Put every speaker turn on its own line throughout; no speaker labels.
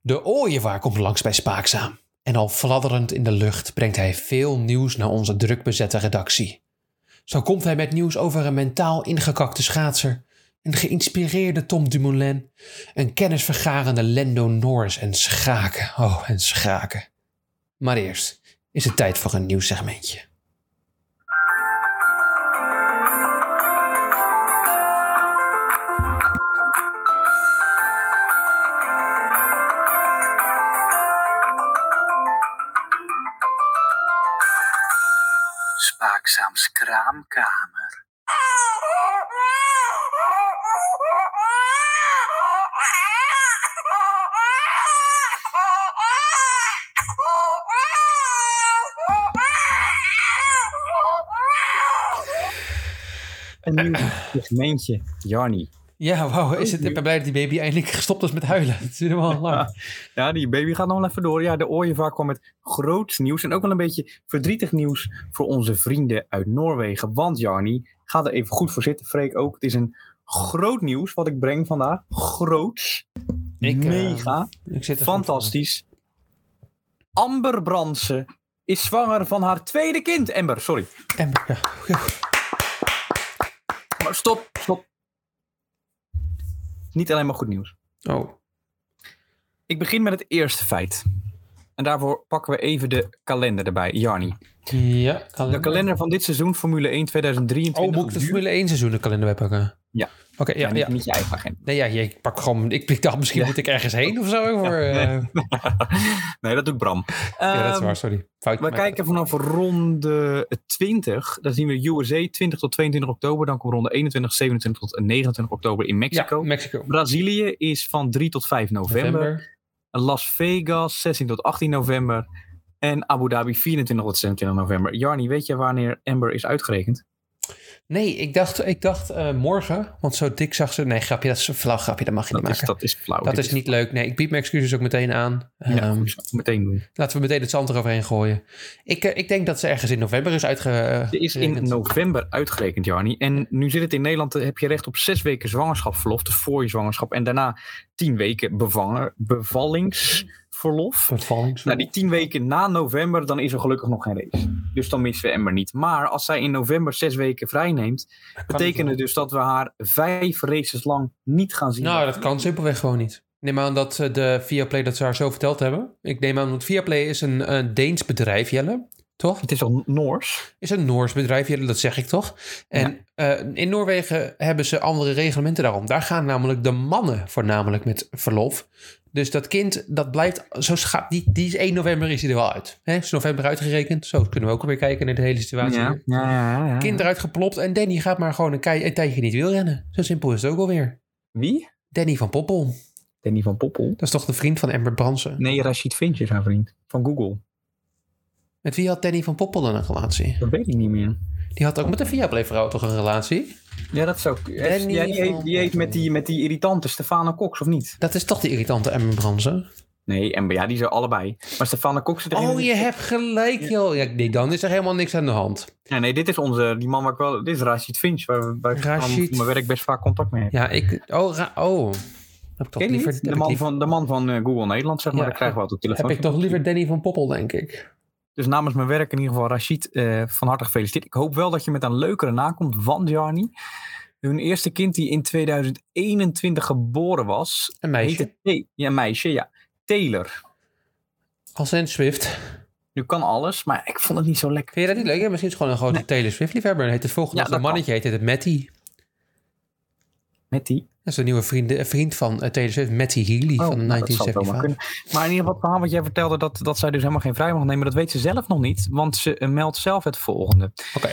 De ooievaar komt langs bij Spaakzaam. En al fladderend in de lucht brengt hij veel nieuws naar onze drukbezette redactie. Zo komt hij met nieuws over een mentaal ingekakte schaatser, een geïnspireerde Tom Dumoulin, een kennisvergarende Lendo Norris en schaken. Oh, en schaken. Maar eerst is het tijd voor een nieuw segmentje.
Spaakzaams kraamkamer.
Een nieuw segmentje. Jannie.
Ja, wauw. Is het, ik ben blij dat die baby eindelijk gestopt is met huilen. Het is helemaal lang.
Ja, die baby gaat nog wel even door. Ja, de ooievaar kwam met groot nieuws en ook wel een beetje verdrietig nieuws voor onze vrienden uit Noorwegen. Want Jannie, ga er even goed voor zitten. Freek ook. Het is een groot nieuws wat ik breng vandaag. Groots.
Ik, eh,
mega.
Ik zit er goed
fantastisch. Amber Brandsen is zwanger van haar tweede kind. Ember, sorry.
voor. En, ja.
Maar stop, stop. Niet alleen maar goed nieuws.
Oh,
Ik begin met het eerste feit. En daarvoor pakken we even de kalender erbij, Jarni.
ja.
De kalender van dit seizoen, Formule 1
Oh,
2023.
moet ik de
duurt-
Formule 1 seizoen de kalender bijpakken?
Ja.
Oké, ja,
Ja,
ja.
niet, niet je eigen agenda.
Nee, ja, ja, ik pak gewoon... Ik, ik dacht, misschien
Ja.
moet ik ergens heen of zo. Voor, eh,
nee, dat doet Bram.
ja, dat is
Ehm,
waar, sorry. Fout.
We
Maar-
kijken vanaf ronde 20. Dan zien we USA 20 tot 22 oktober. Dan komt ronde 21, 27 tot 29 oktober in Mexico.
Ja, Mexico.
Brazilië is van 3 tot 5 november. Las Vegas 16 tot 18 november. En Abu Dhabi 24 tot 26 november. Jarni, weet je wanneer Amber is uitgerekend?
Nee, ik dacht, ik dacht eh, morgen, want zo dik zag ze... Nee, grapje, dat is een flauw grapje, dat mag je
Dat
niet
is,
maken.
dat is flauw.
dat
Dit
is niet leuk. Nee, ik bied mijn excuses ook meteen aan.
Ja,
Ehm,
goed, zal ik meteen doen.
laten we meteen het zand eroverheen gooien. Ik, eh, ik denk dat ze ergens in november is uitge...
Ze is in
gerekend.
november uitgerekend, Jarni. En nu zit het in Nederland, eh, heb je recht op zes weken zwangerschapsverlof, dus voor je zwangerschap. En daarna tien weken bevanger, bevallingsverlof.
Vervallings-
Nou, die tien weken na november, dan is er gelukkig nog geen race. Dus dan missen we Emmer niet. Maar als zij in november zes weken vrijneemt, betekent het dus dat we haar vijf races lang niet gaan zien.
Nou, dat kan simpelweg gewoon niet. Ik neem aan dat eh, de Viaplay dat ze haar zo verteld hebben. Ik neem aan, want Viaplay is een, een Deens bedrijf, Jelle. Toch?
Het is al Noors.
Is een Noors bedrijf, Jelle, dat zeg ik toch? En eh, in Noorwegen hebben ze andere reglementen daarom. Daar gaan namelijk de mannen voornamelijk met verlof. Dus dat kind, dat blijft, zo scha- die, die is 1 november is hij er wel uit. Hè? Is november uitgerekend, zo kunnen we ook weer kijken naar de hele situatie.
Ja, ja, ja, ja.
Kind eruit geplopt en Danny gaat maar gewoon een, kei- een tijdje niet wielrennen. Zo simpel is het ook alweer.
Wie?
Danny van Poppel.
Danny van Poppel.
Dat is toch de vriend van Amber Bransen?
Nee, Rashid Finch is haar vriend. Van Google.
Met wie had Danny van Poppel dan een relatie?
Dat weet ik niet meer.
Die had ook met de Viaplay-vrouw toch een relatie?
Ja, dat zou. Ja,
Danny
die, heet,
van-
die heet met die, met die irritante Stefano Cox, of niet?
Dat is toch die irritante Amber Bransen?
Nee, en ja, die zijn allebei. Maar Stefano Cox zit erin.
Oh, je hebt gelijk, joh. Ja, nee, dan is er helemaal niks aan de hand.
Ja, nee, dit is onze. Die man waar ik wel. Dit is Rashid Finch, waar, waar ik van
Rashid.
mijn werk best vaak contact mee heb.
Ja, ik... Oh, ra- oh. Heb ik toch
Ken je
liever,
niet?
heb
de,
ik
man
liever-
van, de man van eh, Google Nederland, zeg maar.
Ja,
daar krijgen we altijd
heb
telefoon.
ik toch liever Danny van Poppel, denk ik.
Dus namens mijn werk in ieder geval, Rashid, eh, van harte gefeliciteerd. Ik hoop wel dat je met een leukere naam komt, want Jarni. Hun eerste kind die in 2021 geboren was,
Een meisje.
heette T- ja, meisje, ja. Taylor.
Als in Swift.
Nu kan alles, maar ik vond het niet zo lekker.
Vind je dat niet leuk? Ja, misschien is het gewoon een grote Taylor Swift-liefhebber. En heet het volgende
Ja,
als een
dat kan.
mannetje heet het Matty.
Met die
Dat is een nieuwe vriend, eh, vriend van eh, Taylor Swift, Matty Healy
Oh,
van
nou, dat zal wel maar
1975.
kunnen. Maar in ieder geval, het verhaal wat jij vertelde, dat, dat zij dus helemaal geen vrij mag nemen, dat weet ze zelf nog niet. Want ze eh, meldt zelf het volgende.
Oké.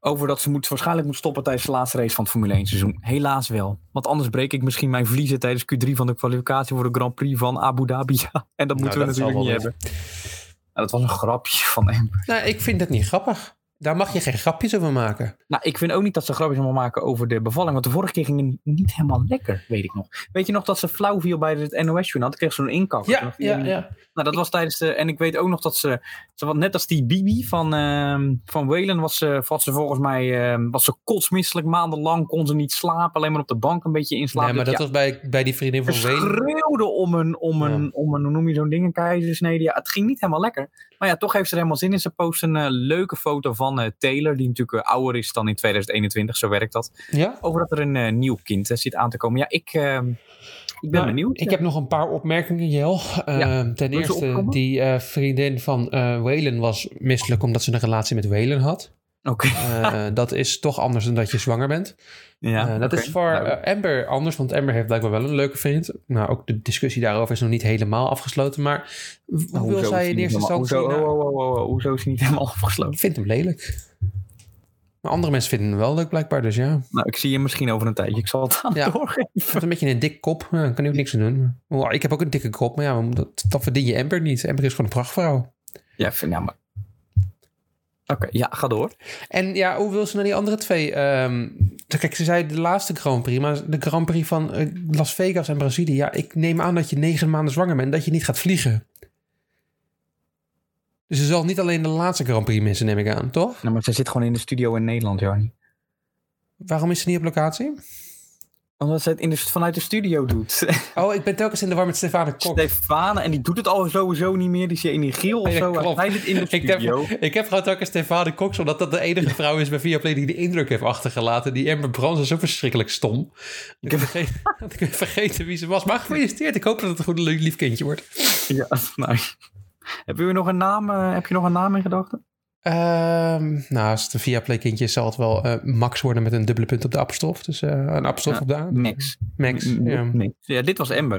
Over dat ze moet, waarschijnlijk moet stoppen tijdens de laatste race van het Formule 1 seizoen. Helaas wel. Want anders breek ik misschien mijn vliezen tijdens Q3 van de kwalificatie voor de Grand Prix van Abu Dhabi. Ja, en dat moeten
Nou, dat
we
zal
natuurlijk
wel
niet
weer.
hebben. Nou, dat was een grapje van hem.
Nou, ik vind het niet grappig. Daar mag je geen grapjes over maken.
Nou, ik vind ook niet dat ze grapjes allemaal maken over de bevalling. Want de vorige keer ging het niet helemaal lekker, weet ik nog. Weet je nog dat ze flauw viel bij het NOS-journaal? Toen kreeg ze zo'n inkak.
Ja, ja, ja.
Nou, dat was tijdens de... En ik weet ook nog dat ze... ze was net als die Bibi van, ehm van Whalen was ze, was ze volgens mij... ehm, was ze kotsmisselijk maandenlang. Kon ze niet slapen. Alleen maar op de bank een beetje inslapen.
Nee, maar dat
Ja,
was bij, bij die vriendin van
ze
Wayne.
schreeuwde om een, om,
Ja.
een, om een, hoe noem je zo'n ding, een keizersnede. Ja, het ging niet helemaal lekker. Maar ja, toch heeft ze er helemaal zin in. Ze post een eh, leuke foto van eh, Taylor, die natuurlijk eh, ouder is dan in 2021. Zo werkt dat.
Ja?
Over dat er een eh, nieuw kind eh, zit aan te komen. Ja, ik, ehm, ik ben
Nou,
benieuwd.
Ik heb nog een paar opmerkingen, Jel. Ehm, ten
wil je ze
eerste,
opkomen?
die eh, vriendin van eh Whalen was misselijk omdat ze een relatie met Whalen had.
Oké.
Eh, dat is toch anders dan dat je zwanger bent.
Ja,
Eh, dat
oké.
is voor
Nou,
eh, Amber anders, want Amber heeft blijkbaar wel een leuke vriend. Nou, ook de discussie daarover is nog niet helemaal afgesloten. Maar w- hoe
Nou, hoezo
wil
is
zij
die
in
niet
eerste
helemaal-
instantie...
Hoezo,
nou,
oh, oh, oh, oh, hoezo is hij niet helemaal afgesloten?
Ik vind hem lelijk. Maar andere mensen vinden hem wel leuk blijkbaar, dus ja.
Nou, ik zie je misschien over een tijdje. Ik zal het aan
Ja.
doorgeven.
Het is een beetje een dik kop, ja, daar kan ik ook niks aan doen. Wow, ik heb ook een dikke kop, maar ja, dat, dat verdien je Amber niet. Amber is gewoon een prachtvrouw.
Ja, ik vind, ja, maar... Oké, ja, ga door.
En ja, hoe wil ze naar die andere twee? ehm, kijk, ze zei de laatste Grand Prix, maar de Grand Prix van eh, Las Vegas en Brazilië. Ja, ik neem aan dat je negen maanden zwanger bent en dat je niet gaat vliegen. Dus ze zal niet alleen de laatste Grand Prix missen, neem ik aan, toch?
Nou, maar ze zit gewoon in de studio in Nederland, Jarnie.
Waarom is ze niet op locatie?
Omdat ze het in de, vanuit de studio doet.
Oh, ik ben telkens in de war met Stefane Kok.
Stefane, en die doet het al sowieso niet meer. Die is in die giel of
Nee, dat
zo.
klopt.
Hij zit in de
Ik heb,
studio.
ik heb gewoon telkens Stefane Kok, omdat dat de enige vrouw is bij Viaplay die de indruk heeft achtergelaten. Die Amber Brons is zo verschrikkelijk stom. Ik heb vergeten, dat ik heb vergeten wie ze was. Maar gefeliciteerd, ik hoop dat het een goed lief kindje wordt.
Ja, nou. Heb je nog een naam, eh, heb je nog een naam in gedachten?
Ehm, nou, als het een Viaplay kindje is, zal het wel eh, Max worden met een dubbele punt op de apostrof. Dus eh, een apostrof
Ja,
op de A.
Max.
Max,
M-
ja.
Max. Ja, dit was Ember.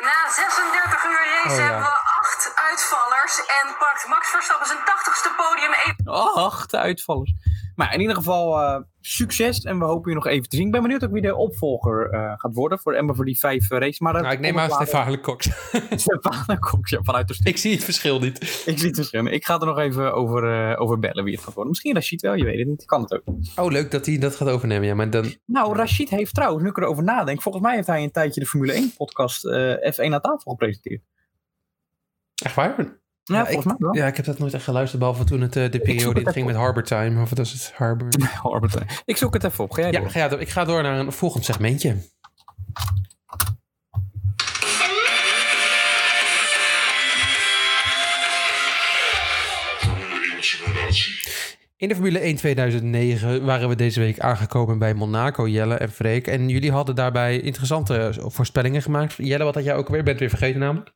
Na 36 uur race
Oh, ja.
hebben we acht uitvallers en pakt Max Verstappen zijn 80ste podium even
Ach, de uitvallers. Maar in ieder geval eh, succes en we hopen je nog even te zien. Ik ben benieuwd ook wie de opvolger eh, gaat worden voor Ember voor die vijf eh, race. races. Maar
Nou, ik neem aan Stefane Kok.
Stefan Kok, ja, vanuit de studio.
ik zie het verschil niet.
Ik zie het verschil. Ik ga er nog even over, eh, over bellen wie het gaat worden. Misschien Rashid wel, je weet het niet. Kan het ook.
Oh, leuk dat hij dat gaat overnemen. Ja, maar dan,
Nou, Rashid heeft trouwens, nu ik erover nadenk, volgens mij heeft hij een tijdje de Formule 1-podcast F1 aan tafel gepresenteerd.
echt waar?
Ja,
Ja,
volgens mij wel.
Ja, ik heb dat nooit echt geluisterd, behalve toen het eh, de
zoek
periode
het
in ging met
even
Harbor Time. Of wat is het? Harbor...
Orbiter. Ik zoek het even op. Ga jij
Ja,
door?
ga- ja, ik ga door naar een volgend segmentje. In de Formule 1 2009 waren we deze week aangekomen bij Monaco, Jelle en Freek. En jullie hadden daarbij interessante voorspellingen gemaakt. Jelle, wat had jij ook weer? Bent weer vergeten namelijk.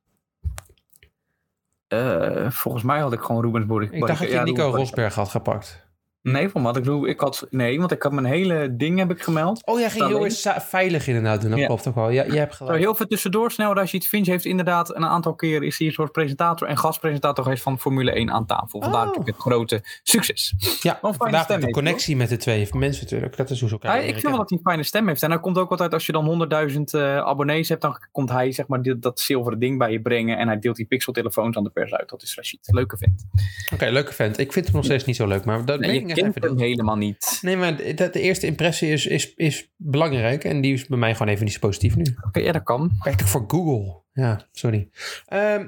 Eh, volgens mij had ik gewoon Rubens Borik.
Ik dacht dat je
ja,
Nico
Rubens-
Rosberg had gepakt.
Nee, van had ik, Ru- ik had, nee, want ik had mijn hele ding heb ik gemeld.
Oh, jij ging heel
Alleen.
erg za- veilig inderdaad doen. Dat
Ja.
klopt ook wel. Ja, je hebt
Zo,
gelijk.
heel veel tussendoor snel, Rashid Finch heeft inderdaad een aantal keer is hij een soort presentator en gastpresentator geweest van Formule 1 aan tafel. Vandaar
Oh.
natuurlijk het grote succes.
Ja,
fijne
vandaag
stem
de
heeft,
connectie met de twee mensen natuurlijk. Dat is hoe ze elkaar
Hij- ik
leren
vind wel
kennen.
dat hij een fijne stem heeft. En hij komt ook altijd, als je dan 100.000 eh, abonnees hebt, dan komt hij zeg maar dit- dat zilveren ding bij je brengen. En hij deelt die pixeltelefoons aan de pers uit. Dat is Rashid. Leuke vent.
Oké, leuke vent. Ik vind hem nog steeds niet zo leuk, maar dat
Nee,
meen ik
je
echt
kent
even.
hem
deels.
helemaal niet.
Nee, maar de, de eerste impressie is, is, is belangrijk en die is bij mij gewoon even niet zo positief nu.
Oké, ja, dat kan.
Werkt ook voor Google. Ja, sorry. Ehm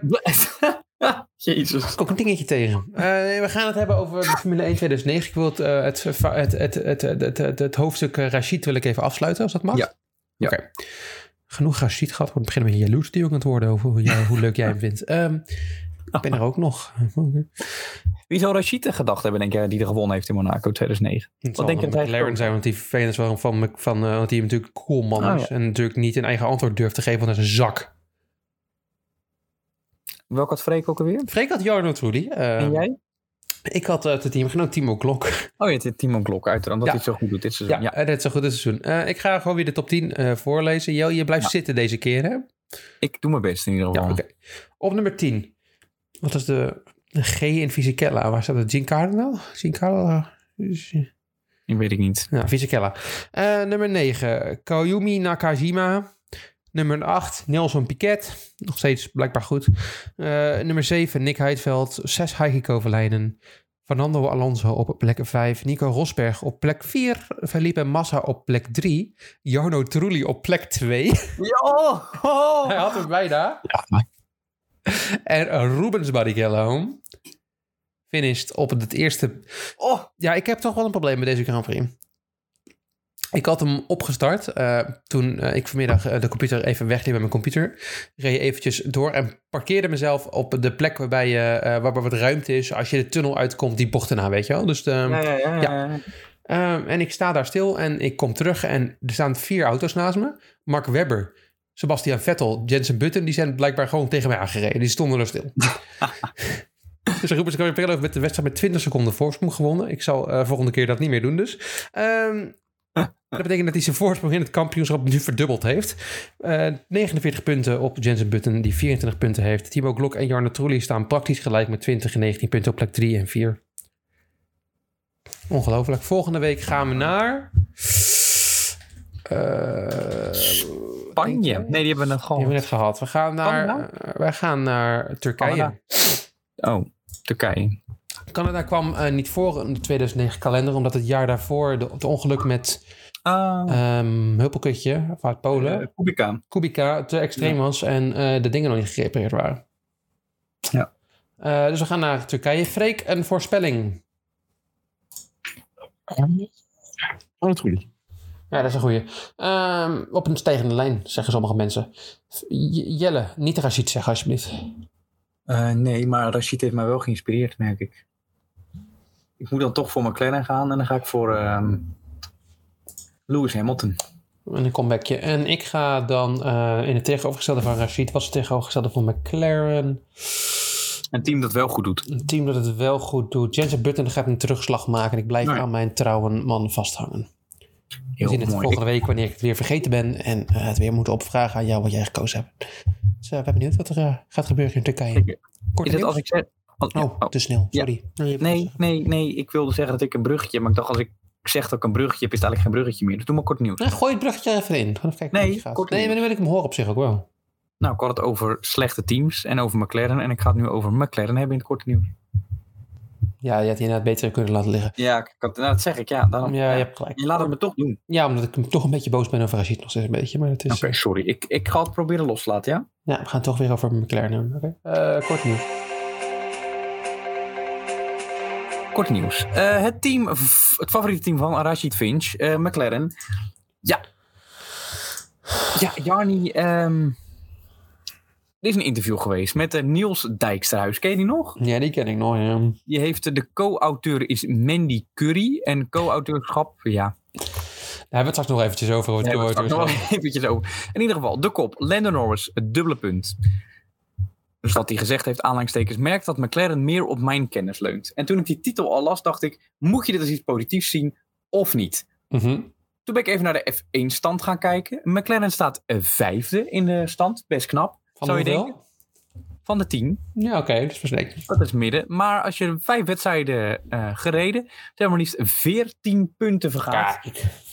Jezus.
ik ook een dingetje tegen. Eh, we gaan het hebben over de Formule 1 2009. Ik wil het, eh, het, va- het, het, het, het, het, het, het hoofdstuk eh, Rashid wil ik even afsluiten, als dat mag.
Ja. Ja.
Oké. Genoeg Rashid gehad. Ik begin een beetje jaloers die jongen te worden over hoe, jij- hoe leuk jij hem vindt. Ehm, ik ben er ook nog.
Wie zou Rashid de gedacht hebben, denk jij, die er gewonnen heeft in Monaco 2009?
Wat denk
denk
je
je
dat
dat hij
McLaren
ook-
zijn, want die vervelend is waarom van, van eh, want die natuurlijk cool man
Oh,
is. En natuurlijk niet een eigen antwoord durft te geven, want hij is een zak.
Welke had Freek ook alweer?
Freek had Jarno Trudy. eh,
en jij?
ik had eh, de teamgenoot Timo Klok.
Oh ja, dit Timon Klok, uiteraard. Dat
Ja.
hij het zo goed doet dit seizoen.
Ja,
Ja.
eh, dat is een goed seizoen. Eh, ik ga gewoon weer de top 10 eh, voorlezen. Jo, je blijft
Ja.
zitten deze keer, hè?
Ik doe mijn best in ieder
Ja,
geval.
oké. Op nummer 10. Wat is de, de G in Fisichella? Waar staat het? Giancarlo? Giancarlo? eh,
Ik weet ik niet.
Nou, Fisichella. Eh, nummer 9, Koyumi Nakajima. Nummer 8, Nelson Piquet. Nog steeds blijkbaar goed. Eh, nummer 7, Nick Heidveld. 6, Heikki Kovalainen. Fernando Alonso op plek 5, Nico Rosberg op plek 4, Felipe Massa op plek 3, Jarno Trulli op plek 2.
Ja, oh, oh.
Hij had hem bijna.
Ja.
En Rubens Barrichello finished op het eerste.
Oh.
Ja, ik heb toch wel een probleem met deze Grand Prix. Ik had hem opgestart eh, toen eh, ik vanmiddag eh, de computer even wegdeed met mijn computer. Reed eventjes door en parkeerde mezelf op de plek waarbij, je, eh, waarbij wat ruimte is. Als je de tunnel uitkomt, die bochten na, weet je wel. Dus de,
Ja, ja, ja, ja.
Ehm, en ik sta daar stil en ik kom terug en er staan vier auto's naast me. Mark Webber, Sebastian Vettel, Jensen Button, die zijn blijkbaar gewoon tegen mij aangereden. Die stonden er stil. dus Rubens Barrichello heeft met de wedstrijd met 20 seconden voorsprong gewonnen. Ik zal eh, volgende keer dat niet meer doen dus. Ehm, dat betekent dat hij zijn voorsprong in het kampioenschap nu verdubbeld heeft. Eh, 49 punten op Jensen Button, die 24 punten heeft. Timo Glock en Jarno Trulli staan praktisch gelijk met 20 en 19 punten op plek 3 en 4. Ongelooflijk. Volgende week gaan we naar. Eh,
Spanje. Nee, die hebben we nog
die hebben we
gewoon.
net gehad. We gaan naar,
Canada?
eh, wij gaan naar Turkije.
Canada.
Canada,
Oh, Turkije.
kwam eh, niet voor in de 2009 kalender, omdat het jaar daarvoor de, het ongeluk met
Ah,
ehm Huppelkutje of uit Polen,
eh, Kubica.
Kubica, te extreem was en eh, de dingen nog niet gerepareerd waren.
Ja.
Eh, dus we gaan naar Turkije. Freek, een voorspelling.
Oh, natuurlijk.
Ja, dat is een goeie. Ehm, op een stijgende lijn, zeggen sommige mensen. J- Jelle, niet Rashid zeggen alsjeblieft.
Eh, nee, maar Rashid heeft mij wel geïnspireerd, merk ik. Ik moet dan toch voor McLaren gaan en dan ga ik voor ehm, Lewis Hamilton.
Een comebackje. En ik ga dan eh, in het tegenovergestelde van Rashid, was het tegenovergestelde van McLaren.
Een team dat wel goed doet.
Een team dat het wel goed doet. Jensen Button gaat een terugslag maken. Ik blijf
Nou ja.
aan mijn trouwen man vasthangen. We
Heel
zien het
mooi.
volgende week wanneer ik het weer vergeten ben. En eh, het weer moeten opvragen aan jou wat jij gekozen hebt. Dus eh, ik ben benieuwd wat er eh, gaat gebeuren in Turkije.
Zeker.
Kort
Is het als ik zeg... als-
Oh,
oh.
te snel.
Ja.
Sorry. Nee, je hebt
Nee, nee, nee. Ik wilde zeggen dat ik een bruggetje heb, maar ik dacht als ik zeg dat ik een bruggetje heb, is het eigenlijk geen bruggetje meer. Dus doe maar kort nieuws.
Nou, gooi het bruggetje er even in. Gewoon even kijken
Nee,
hoe het gaat.
kort
nee,
niet.
maar nu wil ik hem horen op zich ook wel.
Nou, ik had het over slechte teams en over McLaren. En ik ga het nu over McLaren hebben in het korte nieuws.
Ja, je had die inderdaad beter kunnen laten liggen.
Ja, ik had, nou, dat zeg ik. Ja, daarom,
Ja, je hebt gelijk.
Je laat het me toch doen.
Ja, omdat ik toch een beetje boos ben over Rashid nog steeds een beetje. Maar het is...
Oké, sorry. Ik, ik ga het proberen los te laten, ja?
Ja, we gaan het toch weer over McLaren hebben. Oké. Eh, kort nieuws.
Kort nieuws. Eh, het team, v- het favoriete team van Rashid Finch, eh, McLaren. Ja. Ja, Jarni, ehm, er is een interview geweest met eh, Niels Dijksterhuis. Ken je die nog?
Ja, die ken ik nog. Ja.
Die heeft eh, de co-auteur is Mandy Curry. En co-auteurschap, ja.
Daar hebben we het straks nog eventjes over. Over het
Daar hebben we het
co-auteurschap.
straks nog wel eventjes over. In ieder geval, de kop. Lando Norris, het dubbele punt. Dus wat hij gezegd heeft, aanhalingstekens, merkt dat McLaren meer op mijn kennis leunt. En toen ik die titel al las, dacht ik, moet je dit als iets positiefs zien of niet?
Mhm.
Toen ben ik even naar de F1-stand gaan kijken. McLaren staat eh, vijfde in de stand, best knap.
Van
Zou je
hoeveel?
denken? Van de tien.
Ja, oké. dus versneken.
Dat is midden. Maar als je vijf wedstrijden eh, gereden, zijn maar liefst 14 punten vergaat.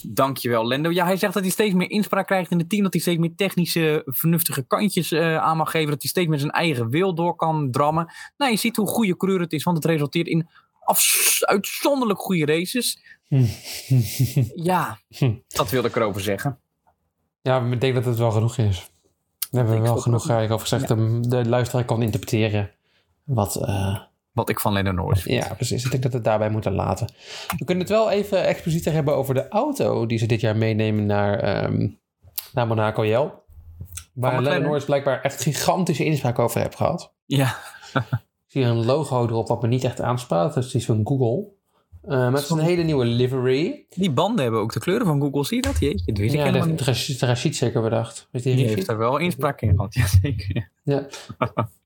Dankjewel, Lendo. Ja, hij zegt dat hij steeds meer inspraak krijgt in het team. Dat hij steeds meer technische, vernuftige kantjes eh, aan mag geven. Dat hij steeds meer zijn eigen wil door kan drammen. Nou, je ziet hoe goede coureur het is, want het resulteert in afs- uitzonderlijk goede races.
Hm.
Ja,
Hm.
dat wilde ik erover zeggen.
Ja, maar ik denk dat het wel genoeg is. Daar hebben we
Ik
wel
stop
genoeg eigenlijk over gezegd. De, de luisteraar kan interpreteren wat... eh,
Wat ik van Lendo Norris vind.
Ja, precies. Ik denk dat we het daarbij moeten laten. We kunnen het wel even explicieter hebben over de auto die ze dit jaar meenemen naar, ehm, naar Monaco Jel. Waar
McLaren.
Lennon Norris blijkbaar echt gigantische inspraak over heeft gehad.
Ja,
Ik zie hier een logo erop wat me niet echt aanspraat. Dat is iets van Google. Eh, maar het is een hele nieuwe livery.
die banden hebben ook de kleuren van Google. Zie je dat? Jeetje, dat wist ik
Ja, dat
helemaal niet.
heeft Rashid- Rashid zeker bedacht. Weet je, die
Die
Rashid?
heeft er wel inspraak in gehad. Ja, zeker.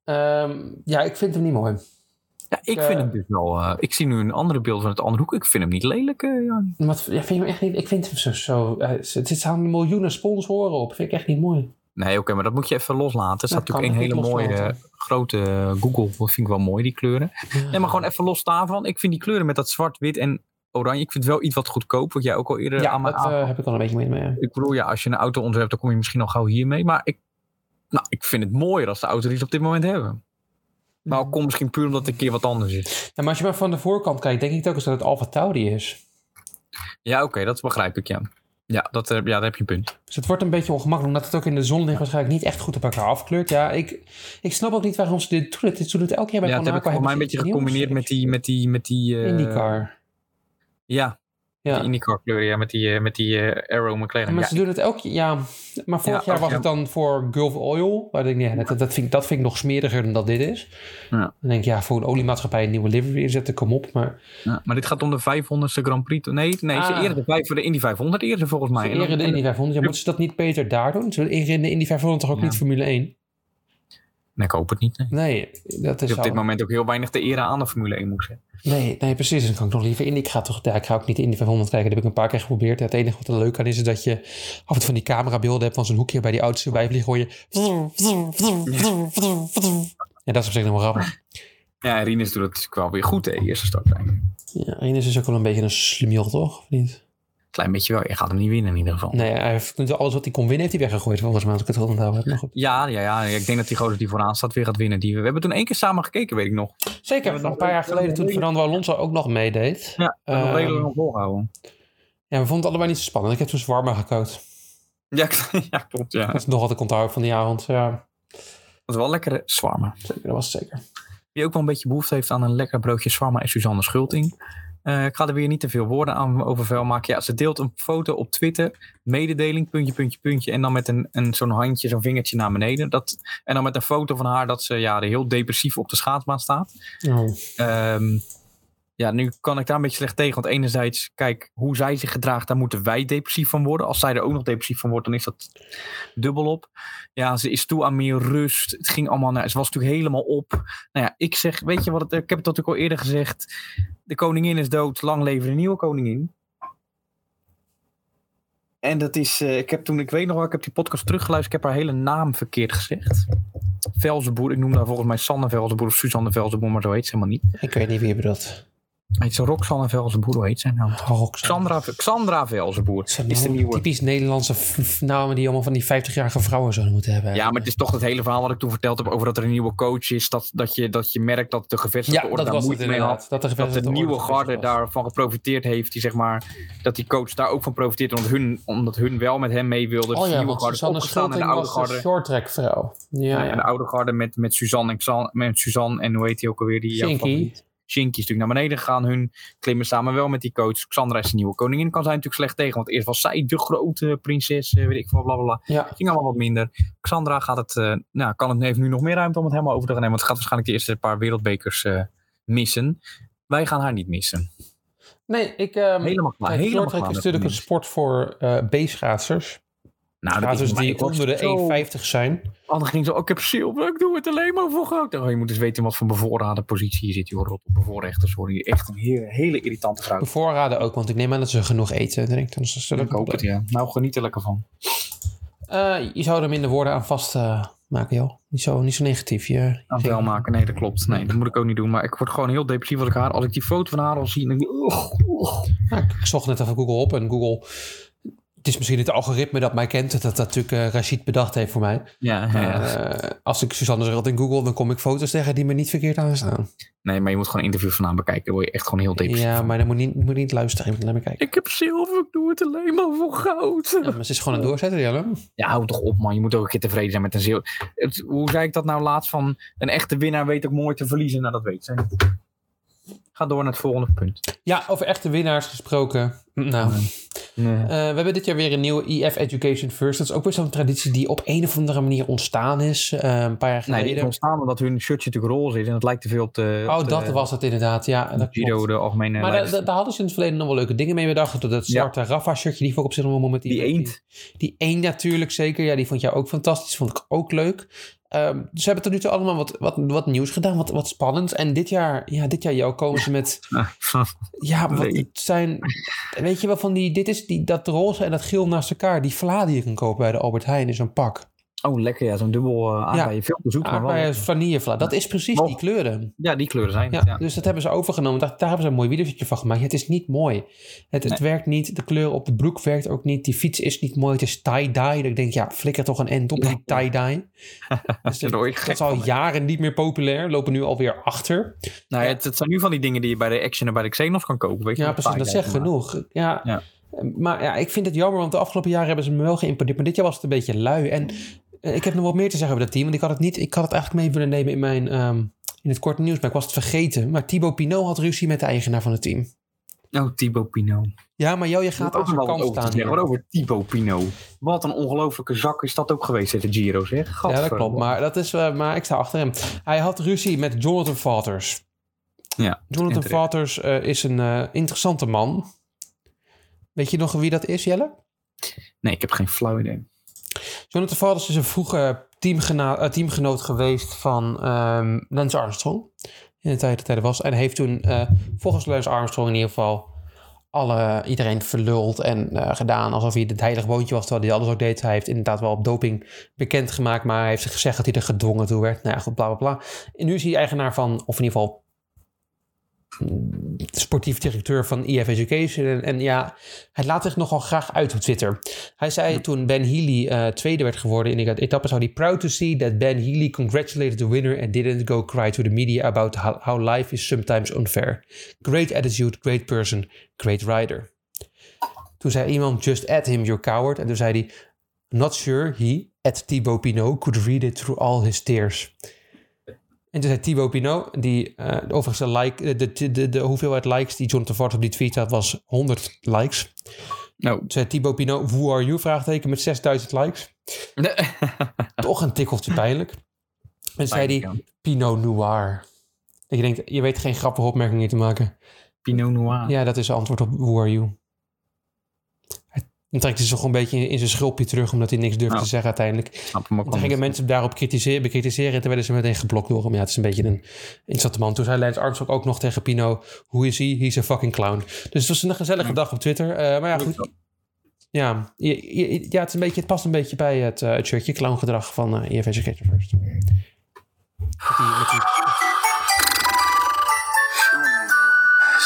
Ehm, ja, ik vind hem niet mooi.
Ja, ik
Eh,
vind hem dus wel. eh, ik zie nu een andere beeld van het andere hoek. Ik vind hem niet lelijk. eh, Jan.
Wat, ja, vind je hem echt niet, ik vind hem zo... zo eh, het het staan miljoenen sponsoren op. Vind ik echt niet mooi.
Nee, oké, maar dat moet je even loslaten. Er
Ja,
staat
kan ik
natuurlijk een hele
niet
mooie
loslaten.
eh, grote Google. Dat vind ik wel mooi, die kleuren.
Ja.
Nee, maar gewoon even los daarvan. Ik vind die kleuren met dat zwart, wit en oranje. Ik vind het wel iets wat goedkoop. Wat jij ook al eerder
Ja,
aan mij
dat
aan.
eh, heb ik al een beetje mee. mee.
Ik bedoel, ja, als je een auto ontwerpt, dan kom je misschien al gauw hiermee. Maar ik, nou, ik vind het mooier als de auto die ze op dit moment hebben. Maar ook kom misschien puur omdat het een keer wat anders is.
Ja, maar als je maar van de voorkant kijkt, denk ik telkens dat het Alpha Tauri is.
Ja, oké, dat begrijp ik, ja. Ja, dat, eh, ja, daar heb je een punt.
Dus het wordt een beetje ongemakkelijk, omdat het ook in de zon ligt waarschijnlijk niet echt goed op elkaar afkleurt. Ja, ik, ik snap ook niet waarom ze dit doen. Dit doen het elke keer bij
ja, dat heb ik
Monaco.
voor mij een
hebben ze
beetje
iets
gecombineerd
nieuws.
met die... Met die, met die eh,
IndyCar.
Ja,
Ja.
die IndyCar kleur, ja, met die, eh, met die eh, Arrow McLaren.
Ja, maar
Ja,
ze doen het elk ja. Maar vorig
Ja,
jaar
ook,
was
ja.
het dan voor Gulf Oil. Waar ik denk, nee, dat, dat, vind, ik- dat vind ik nog smeriger dan dat dit is.
Ja.
Dan denk ik, ja, voor een oliemaatschappij een nieuwe livery inzetten, kom op. Maar
ja, maar dit gaat om de 500ste Grand Prix. Nee, nee ze
Ah.
eerder de, vijf- de Indy 500 eerder volgens mij.
ze
En dan-
eren de Indy 500. Ja, moeten ze dat niet beter daar doen? Ze eren de Indy 500 toch ook
Ja.
niet Formule 1?
Nee, ik hoop het niet, nee.
Nee, dat
Dus
is
op dit
zo.
moment ook heel weinig te eren aan de Formule 1 moet ik zeggen.
Nee, nee, precies. Dan kan ik nog liever in. Ik ga toch, ja, ik ga ook niet in die 500 kijken. Dat heb ik een paar keer geprobeerd. Het enige wat er leuk aan is, is dat je af en toe van die camerabeelden hebt van zo'n hoekje bij die auto's die voorbij vliegen. Hoor je. Ja, dat is op zich nog wel grappig.
Ja, en Rinus doet het natuurlijk wel weer goed, hè, eerste start. eigenlijk.
Ja, Ines is ook wel een beetje een slimiel, toch? Of niet?
Klein beetje wel, je gaat hem niet winnen in ieder geval.
Nee, hij heeft alles wat hij kon winnen, heeft hij weggegooid. Volgens mij, als ik het goed onthouden heb. Maar goed.
Ja, ja, ja, ik denk dat die gozer die vooraan staat weer gaat winnen. Die, we hebben toen één keer samen gekeken, weet ik nog.
Zeker, een paar jaar geleden toen Fernando Alonso ook nog meedeed.
Ja, we hebben nog
Ehm,
redelijk lang volgehouden.
ja, we vonden het allebei niet zo spannend. Ik heb toen warmer gekookt.
Ja, ja, klopt. Ja.
Dat is nog wat ik onthoud van die avond. Ja,
Dat was wel lekkere zwarma.
zeker, dat was het zeker.
Wie ook wel een beetje behoefte heeft aan een lekker broodje zwarma is Suzanne Schulting. Eh, ik ga er weer niet te veel woorden aan over vuil maken. Ja, ze deelt een foto op Twitter. Mededeling, puntje, puntje, puntje. En dan met een, een, zo'n handje, zo'n vingertje naar beneden. Dat, en dan met een foto van haar dat ze ja, heel depressief op de schaatsbaan staat.
Oh.
Ehm, ja, nu kan ik daar een beetje slecht tegen. Want enerzijds, kijk, hoe zij zich gedraagt, daar moeten wij depressief van worden. Als zij er ook nog depressief van wordt, dan is dat dubbel op. Ja, ze is toe aan meer rust. Het ging allemaal naar. Ze was natuurlijk helemaal op. Nou ja, ik zeg, weet je wat? Het, ik heb het natuurlijk al eerder gezegd. De koningin is dood. Lang leven de nieuwe koningin. En dat is, eh, ik heb toen, ik weet nog wel, ik heb die podcast teruggeluisterd. Ik heb haar hele naam verkeerd gezegd. Velzenboer, ik noem daar volgens mij Sanne Velzenboer of Suzanne Velzenboer, maar zo heet ze helemaal niet.
Ik weet niet wie je bedoelt.
Heet ze Roxanne Velzenboer, hoe heet zij nou? Xandra, Xandra Velzenboer is de nieuwe.
Typisch Nederlandse f- f- namen die allemaal van die 50-jarige vrouwen zouden moeten hebben.
Ja, maar het is toch het hele verhaal wat ik toen verteld heb over dat er een nieuwe coach is. Dat, dat, je, dat je merkt dat de
Ja,
gevestigde orde
dat
daar
was het
moeite mee had.
inderdaad. Dat de,
Dat de
gevestigde
nieuwe
orde
garde
was.
daarvan geprofiteerd heeft. Die zeg maar, dat die coach daar ook van profiteert. Omdat hun, omdat hun wel met hem mee wilde. Dus
Oh
de
ja,
nieuwe
want
garde is
Susanne
opgestaan en
Schulting
de oude
was de
garde.
shorttrack vrouw. Ja,
En de
ja.
oude garde met, met, Suzanne en Xan- met Suzanne en hoe heet hij ook alweer? Die, jouw
Shinky.
favoriet? Shinky is natuurlijk naar beneden gegaan. Hun klimmen samen wel met die coach. Xandra is de nieuwe koningin. Kan zij natuurlijk slecht tegen. Want eerst was zij de grote prinses. eh, Weet ik veel, blablabla.
Ja.
Ging allemaal wat minder. Xandra gaat het, eh, nou, kan het, heeft nu nog meer ruimte om het helemaal over te gaan nemen. Want ze gaat waarschijnlijk de eerste paar wereldbekers eh, missen. Wij gaan haar niet missen.
Nee, ik... ehm
Helemaal klaar.
kijk,
helemaal
shorttrack
klaar
is
met
natuurlijk een
missen.
sport voor eh B-schaatsers.
Nou, dat is
Schaatsers dus die onder de 1,50 zijn.
Anders ging zo, oh, ik heb zilver, ik doe het alleen maar voor goud. Oh, je moet eens weten wat voor bevoorrade positie je zit, joh. Rot op bevoorrechter, sorry. Echt een hele, hele irritante vrouw.
Bevoorraden ook, want ik neem aan dat ze genoeg eten en drinken. Dus dat is
Ik hoop het, ja. Nou, geniet er lekker van.
Eh, je zou er minder woorden aan vastmaken, maken, joh. Niet zo, niet zo negatief. Je, je
Aan vuil maken, nee, dat klopt. Nee, dat moet ik ook niet doen. Maar ik word gewoon heel depressief als ik haar, als ik die foto van haar al zie. Dan denk ik, oeh, oeh.
Nou, ik, ik zocht net even Google op en Google... Het is misschien het algoritme dat mij kent, dat dat natuurlijk eh, Rashid bedacht heeft voor mij.
Ja, ja, ja.
Eh, als ik Suzanne Zerald in Google, dan kom ik foto's tegen die me niet verkeerd
Ah,
aanstaan.
Nee, maar je moet gewoon interviews van haar bekijken. Dan word je echt gewoon heel depressief.
Ja, maar dan moet je niet, moet je niet luisteren. Je moet alleen maar kijken.
Ik heb zilver, ik doe het alleen maar voor goud.
Ja, maar ze is gewoon een doorzetter, Jelle.
Ja, hou toch op man. Je moet ook een keer tevreden zijn met een zilver. Het- Hoe zei ik dat nou laatst van... Een echte winnaar weet ook mooi te verliezen. Nou, dat weet zij niet. Ga door naar het volgende punt.
Ja, over echte winnaars gesproken. Nou, eh, we hebben dit jaar weer een nieuwe EF Education First. Dat is ook weer zo'n traditie die op een of andere manier ontstaan is. eh, een paar jaar
Nee,
geleden.
die is ontstaan omdat hun shirtje natuurlijk roze is. En het lijkt te veel op de... op
oh,
de-
dat was het inderdaad. Ja, dat
Giro,
klopt.
dus de algemene
Maar daar-
lijst.
daar- daar hadden ze in het verleden nog wel leuke dingen mee bedacht. Dat- Dat
Ja.
zwarte Rafa-shirtje, die vond ik op zich nog wel mooi met die...
Die eend.
Die één natuurlijk zeker. Ja, die vond jij ook fantastisch. Vond ik ook leuk. Ehm, ze hebben tot nu toe allemaal wat, wat, wat nieuws gedaan. Wat, wat spannend. En dit jaar, ja, dit jaar jou komen ze met... Ja, wat
Nee.
het zijn... Weet je wel van die... Dit is die, dat roze en dat geel naast elkaar. Die vla die je kan kopen bij de Albert Heijn in zo'n pak.
Oh, lekker ja, zo'n dubbel eh aardbeien. Veel bezoek, maar wel.
Aardbeien, vanillevla, dat is precies die
Nog.
kleuren.
Ja, die kleuren zijn
Ja,
het. Ja.
Dus dat hebben ze overgenomen. Daar, daar hebben ze een mooi wielersetje van gemaakt. Ja, het is niet mooi. Het, het werkt niet. De kleur op de broek werkt ook niet. Die fiets is niet mooi. Het is tie-dye. Dat ik denk, ja, flikker toch een end op die tie-dye. Dus
Daar
dat,
word je
dat
gek
is al
van.
jaren niet meer populair. Lopen nu alweer achter.
Nou, ja, het, het zijn nu van die dingen die je bij de Action en bij de Xenos kan kopen. Weet je,
Ja,
met
precies. Dat
paardrijden,
zegt
maar-
genoeg. Ja.
Ja.
Maar ja, ik vind het jammer, want de afgelopen jaren hebben ze me wel geïmponeerd. Maar dit jaar was het een beetje lui. En eh, ik heb nog wat meer te zeggen over dat team. Want ik had het, niet, ik had het eigenlijk mee willen nemen in, mijn, ehm, in het korte nieuws. Maar ik was het vergeten. Maar Thibaut Pinot had ruzie met de eigenaar van het team.
Oh, Thibaut Pinot.
Ja, maar Jo, je gaat aan zijn kant
over,
staan.
te zeggen,
hier.
wat over Thibaut Pinot. Wat een ongelofelijke zak is dat ook geweest in de Giro, zeg.
Ja, dat
Gadver.
klopt. Maar, dat is, eh, maar ik sta achter hem. Hij had ruzie met Jonathan Vaters.
Ja,
Jonathan
terecht.
Vaters eh, is een eh, interessante man. Weet je nog wie dat is, Jelle?
Nee, ik heb geen flauw idee.
Jonathan Valders is een vroege teamgena- eh, teamgenoot geweest van ehm Lance Armstrong. In de tijd dat hij er was. En heeft toen eh, volgens Lance Armstrong in ieder geval alle, iedereen verluld en eh, gedaan alsof hij het heilige boontje was terwijl hij alles ook deed. Hij heeft inderdaad wel op doping bekendgemaakt, maar hij heeft gezegd dat hij er gedwongen toe werd. Nou ja, goed, bla bla bla. En nu is hij eigenaar van, of in ieder geval mm, sportief directeur van EF Education. En, en ja, hij laat zich nogal graag uit op Twitter. Hij zei toen Ben Healy eh, tweede werd geworden in de etappe, zou hij proud to see that Ben Healy congratulated the winner and didn't go cry to the media about how, how life is sometimes unfair. Great attitude, great person, great rider. Toen zei iemand, just add him, you coward. En toen zei hij, not sure he, at Thibaut Pinot, could read it through all his tears. En toen zei Thibaut Pinot, die eh, overigens de, like, de, de, de, de hoeveelheid likes die John Tavart op die tweet had, was 100 likes.
Nou,
Toen zei Thibaut Pinot, who are you? Vraagteken met 6000 likes. Toch een tikkeltje pijnlijk. En zei hij, Pinot Noir. Dat je denkt, je weet geen grappige opmerkingen te maken.
Pinot Noir.
Ja, dat is zijn antwoord op who are you. Hij- Dan trekt hij zich gewoon een beetje in zijn schulpje terug, omdat hij niks durft
Nou.
te zeggen uiteindelijk.
Snap hem ook
En
wel
toen gingen
niet.
mensen daarop kritiseren, bekritiseren en toen werden ze meteen geblokt door hem. Ja, het is een beetje een interessante man. Toen zei Lance Armstrong ook nog tegen Pino, who is he? He's a fucking clown. Dus het was een gezellige
Ja.
dag op Twitter. Eh, maar ja, goed, Ja, je- je- ja het, is een beetje, het past een beetje bij het, eh, het shirtje clowngedrag van eh EF Education First. Met die, met die,
Jongen,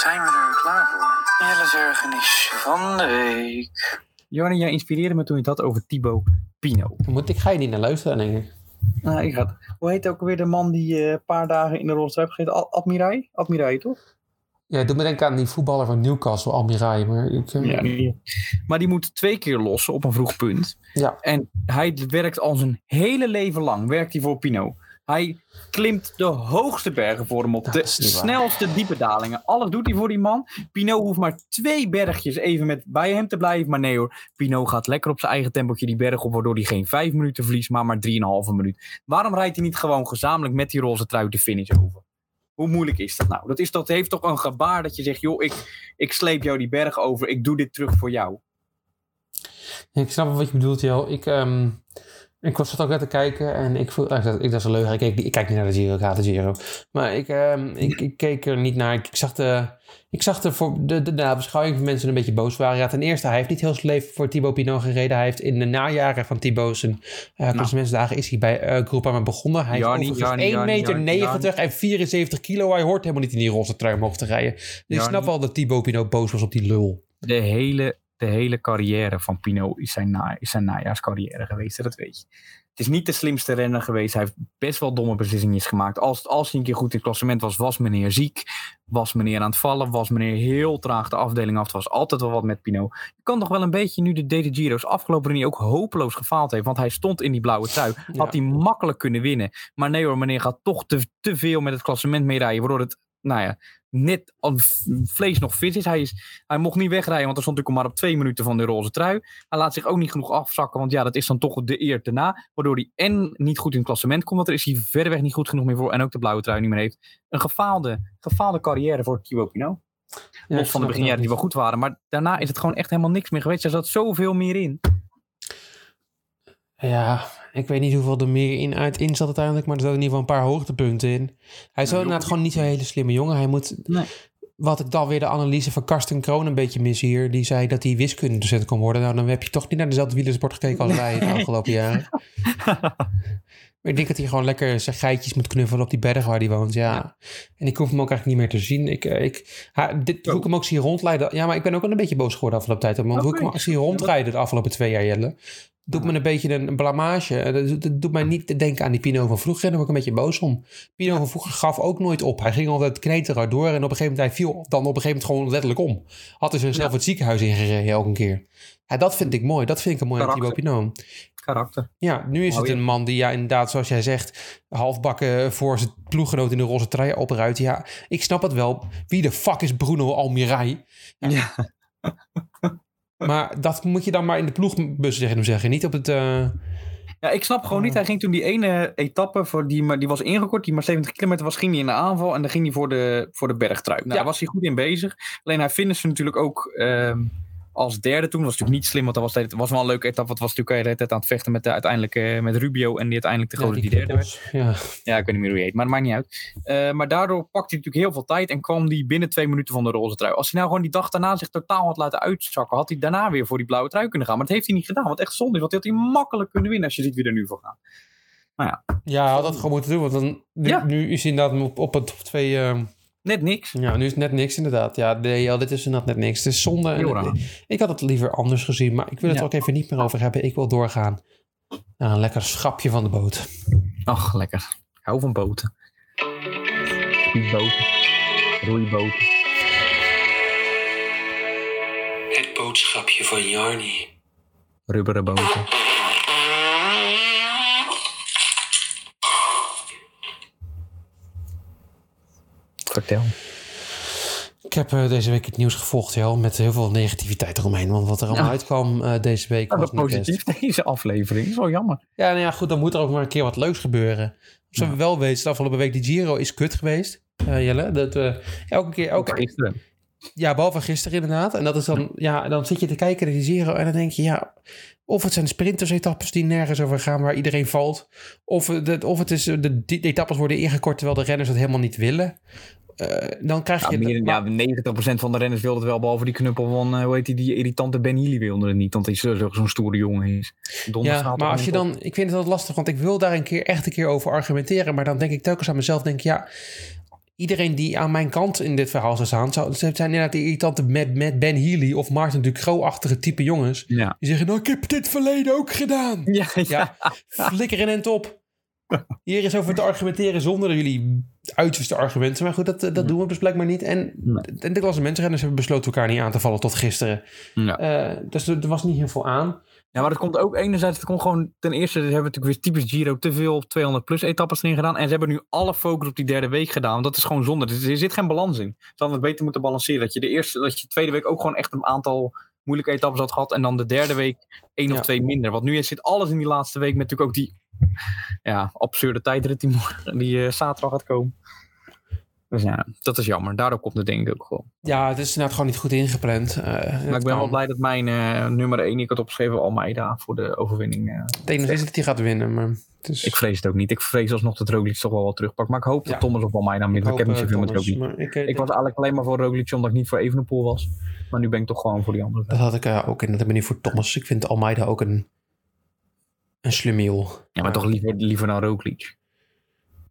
zijn we er klaar voor? Jelle Jurgenis van de week.
Johnny, jij inspireerde me toen je het had over Thibaut Pinot.
moet, ik ga je niet naar luisteren, denk ik.
Nou, ik ga... Hoe heet ook weer de man die eh, een paar dagen in de rolstoel heeft gegeten? Al- Admirai? Admirai, toch?
Ja, doe me denken aan die voetballer van Newcastle, Almirai. Maar ik, eh,
Ja. Maar die moet twee keer lossen op een vroeg punt.
Ja.
En hij werkt al zijn hele leven lang, werkt hij voor Pino. Hij klimt de hoogste bergen voor hem op.
Dat
de
is niet waar.
snelste diepe dalingen. Alles doet hij voor die man. Pino hoeft maar twee bergjes even met, bij hem te blijven. Maar nee hoor, Pino gaat lekker op zijn eigen tempeltje die berg op. Waardoor hij geen vijf minuten verliest, maar maar drieënhalve minuut. Waarom rijdt hij niet gewoon gezamenlijk met die roze trui de finish over? Hoe moeilijk is dat nou? Dat, is, dat heeft toch een gebaar dat je zegt, joh, ik, ik sleep jou die berg over. Ik doe dit terug voor jou.
Ja, Ik snap wel wat je bedoelt, Jo. Ik, ehm, ik was dat ook net te kijken en ik voel... ah, ik, dacht- ik dacht, een leugen. Ik, keek niet- ik kijk niet naar de Giro, ik haat de Giro. Maar ik, ehm, ik, ik keek er niet naar. Ik, ik zag de... Ik zag de, voor, de, de nabeschouwing van mensen die een beetje boos waren. Ja, ten eerste, hij heeft niet heel zijn leven voor Thibaut Pinot gereden. Hij heeft in de najaren van Thibaut zijn eh
Nou.
klassementsdagen is hij bij eh Groupama begonnen. Hij
Jarny,
heeft
Jarny,
overigens 1,90
Jarny,
meter
Jarny, Jarny.
en 74 kilo. Hij hoort helemaal niet in die roze trui omhoog te rijden. Dus ik
Jarny.
snap wel dat Thibaut Pinot boos was op die lul.
de hele, de hele carrière van Pino is zijn, na, is zijn najaarscarrière geweest. hè, Dat weet je. Het is niet de slimste renner geweest. Hij heeft best wel domme beslissingen gemaakt. Als, als hij een keer goed in het klassement was, was meneer ziek. Was meneer aan het vallen. Was meneer heel traag de afdeling af. Er was altijd wel wat met Pino. Je kan toch wel een beetje nu de Dede Giro's afgelopen reunie ook hopeloos gefaald heeft. Want hij stond in die blauwe trui. Had hij makkelijk kunnen winnen. Maar nee hoor, meneer gaat toch te, te veel met het klassement mee rijden. Waardoor het, nou ja, net al v- vlees nog vis is. Hij, is. hij mocht niet wegrijden, want er stond natuurlijk maar op twee minuten van de roze trui. Hij laat zich ook niet genoeg afzakken, want ja, dat is dan toch de eer daarna. Waardoor hij en niet goed in het klassement komt, want er is hij verreweg niet goed genoeg meer voor. En ook de blauwe trui niet meer heeft. Een gefaalde, gefaalde carrière voor Thibaut Pinot.
Ja, ik
Los van de
snap
beginjaren
dat
die wel goed waren. Maar daarna is het gewoon echt helemaal niks meer geweest. Er zat zoveel meer in.
Ja, ik weet niet hoeveel er meer in, uit, in zat uiteindelijk, maar er zaten in ieder geval een paar hoogtepunten in. Hij is wel inderdaad gewoon niet zo'n hele slimme jongen. Hij moet.
Nee.
wat ik dan weer de analyse van Karsten Kroon een beetje mis hier. Die zei dat hij wiskundedocent kon worden. Nou, dan heb je toch niet naar dezelfde wielersport gekeken als wij de afgelopen jaren. Maar ik denk dat hij gewoon lekker zijn geitjes moet knuffelen op die berg waar hij woont. Ja. En ik hoef hem ook eigenlijk niet meer te zien. Ik, eh, ik, ha, dit, hoe ik hem ook zie rondleiden. Ja, maar ik ben ook al een beetje boos geworden de afgelopen tijd. Want hoe ik hem
Oké.
zie rondrijden de afgelopen twee jaar, Jelle. Doet me een beetje een, een blamage. Eh, Dat, doet- dat doet mij niet denken aan die Pino van vroeger. Daar word ik een beetje boos om. Pino van vroeger gaf ook nooit op. Hij ging altijd kneten er door. En op een gegeven moment hij viel dan op een gegeven moment gewoon letterlijk om. Had hij zichzelf het ziekenhuis ingereden elke keer. Ja, dat vind ik mooi. Dat vind ik een mooi aan
Karakter.
Thibaut Pinot.
Karakter.
Ja, nu is
Nou,
het
ja.
een man die ja, inderdaad, zoals jij zegt, halfbakken voor zijn ploeggenoot in de roze trui opruit. Ja, ik snap het wel. Wie de fuck is Bruno Almirai?
Ja.
Maar dat moet je dan maar in de ploegbus tegen hem zeggen. Niet op het... eh,
ja, ik snap gewoon niet. Hij ging toen die ene etappe, voor die, maar- die was ingekort, die maar 70 kilometer was, ging hij in de aanval en dan ging hij voor de, voor de bergtrui. Nou,
Ja.
Daar was hij goed in bezig. Alleen hij finishte natuurlijk ook ehm, als derde toen. Dat was natuurlijk niet slim, want dat was, de- het was wel een leuke etappe. Want het was natuurlijk eh, de hele tijd aan het vechten met, de, uiteindelijk, eh, met Rubio en die uiteindelijk de grote die derde werd.
Ja,
Ja, ik weet niet meer hoe hij heet, maar het maakt niet uit. Eh, maar daardoor pakte hij natuurlijk heel veel tijd en kwam hij binnen twee minuten van de roze trui. Als hij nou gewoon die dag daarna zich totaal had laten uitzakken, had hij daarna weer voor die blauwe trui kunnen gaan. Maar dat heeft hij niet gedaan, want echt zonde is, want hij had hij makkelijk kunnen winnen als je ziet wie er nu voor gaat.
ja hij had dat gewoon moeten doen. Want dan, nu,
Ja.
nu is hij inderdaad op, op het top twee... eh,
Net niks.
ja, nu is het net niks inderdaad. Ja, nee, ja, dit is inderdaad net niks. Het is zonde. En
Heel
het-
raar.
ik had het liever anders gezien, maar ik wil het
Ja.
ook even niet meer over hebben. Ik wil doorgaan naar een lekker schapje van de boot.
Ach, lekker. Ik hou van boten. Boten. Roeiboten.
Het boodschapje van Jarni.
Rubberen boten. Vertel.
Ik heb eh, deze week het nieuws gevolgd, Jel, met heel veel negativiteit eromheen. Want wat er allemaal
Ja.
uitkwam eh, deze week
Nou,
was
dat
niet best.
positief deze aflevering. Dat is wel jammer.
Ja, nou ja, goed, dan moet er ook maar een keer wat leuks gebeuren. Zo
Ja.
wel weten, de afgelopen week die Giro is kut geweest, eh, Jelle. Dat, eh, elke keer, elke,
Gisteren.
ja, behalve gisteren inderdaad. En dat is dan, ja, dan zit je te kijken naar die Giro en dan denk je, ja, of het zijn sprinters-etappes die nergens over gaan waar iedereen valt. Of, het, of het is, eh, de, die etappes worden ingekort terwijl de renners het helemaal niet willen. Eh, dan krijg
Ja,
je...
meer,
maar-
ja, 90% van de renners wilde het wel, behalve die knuppel van, eh, hoe heet die, die irritante Ben Healy wilde het niet, want hij zo- zo'n stoere jongen is. Donders gaat
Ja,
het
maar
hem
als je
niet op.
dan, ik vind het altijd lastig, want ik wil daar een keer echt een keer over argumenteren, maar dan denk ik telkens aan mezelf, denk ik, ja, iedereen die aan mijn kant in dit verhaal zou staan, zou, zijn inderdaad die irritante met, met Ben Healy of Martin Ducro-achtige type jongens,
Ja.
die zeggen, nou, ik heb dit verleden ook gedaan.
Ja, ja.
Ja, flikkeren en top. Hier is over te argumenteren zonder jullie uiterste argumenten. Maar goed, dat, dat doen we dus blijkbaar niet. En,
Nee.
en de klassementsrenners dus hebben besloten elkaar niet aan te vallen tot gisteren.
Ja.
Eh, dus er er was niet heel veel aan.
Ja, maar dat komt ook enerzijds, het komt gewoon, ten eerste ze hebben natuurlijk weer typisch Giro te veel 200 plus etappes erin gedaan en ze hebben nu alle focus op die derde week gedaan, want dat is gewoon zonde. Dus Er er zit geen balans in. Ze hadden het beter moeten balanceren, dat je de eerste, dat je de tweede week ook gewoon echt een aantal moeilijke etappes had gehad en dan de derde week één
Ja.
of twee minder. Want nu zit alles in die laatste week met natuurlijk ook die ja, absurde tijdrit die, morgen, die eh, zaterdag gaat komen. Dus ja, dat is jammer. Daardoor komt het denk ik ook gewoon.
Ja, het is inderdaad gewoon niet goed ingepland. Eh,
Maar
het
ik ben wel
kan.
blij dat mijn eh, nummer één, die ik had opgeschreven, Almeida, voor de overwinning eh,
Ik denk nog steeds dat hij gaat winnen, maar het is...
Ik vrees het ook niet. Ik vrees alsnog dat Roglic toch wel wat terugpakt. Maar ik hoop
Ja.
dat Thomas of Almeida dan
Ik
wint. want Ik heb
hoop,
niet
eh,
zoveel met
Thomas,
Roglic.
maar ik, eh,
Ik was eigenlijk alleen maar voor Roglic omdat ik niet voor Evenepoel was. Maar nu ben ik toch gewoon voor die andere.
Dat had ik eh, ook inderdaad benieuwd voor Thomas. Ik vind Almeida ook een, een slummiel.
Ja, maar toch liever, liever dan Roglic.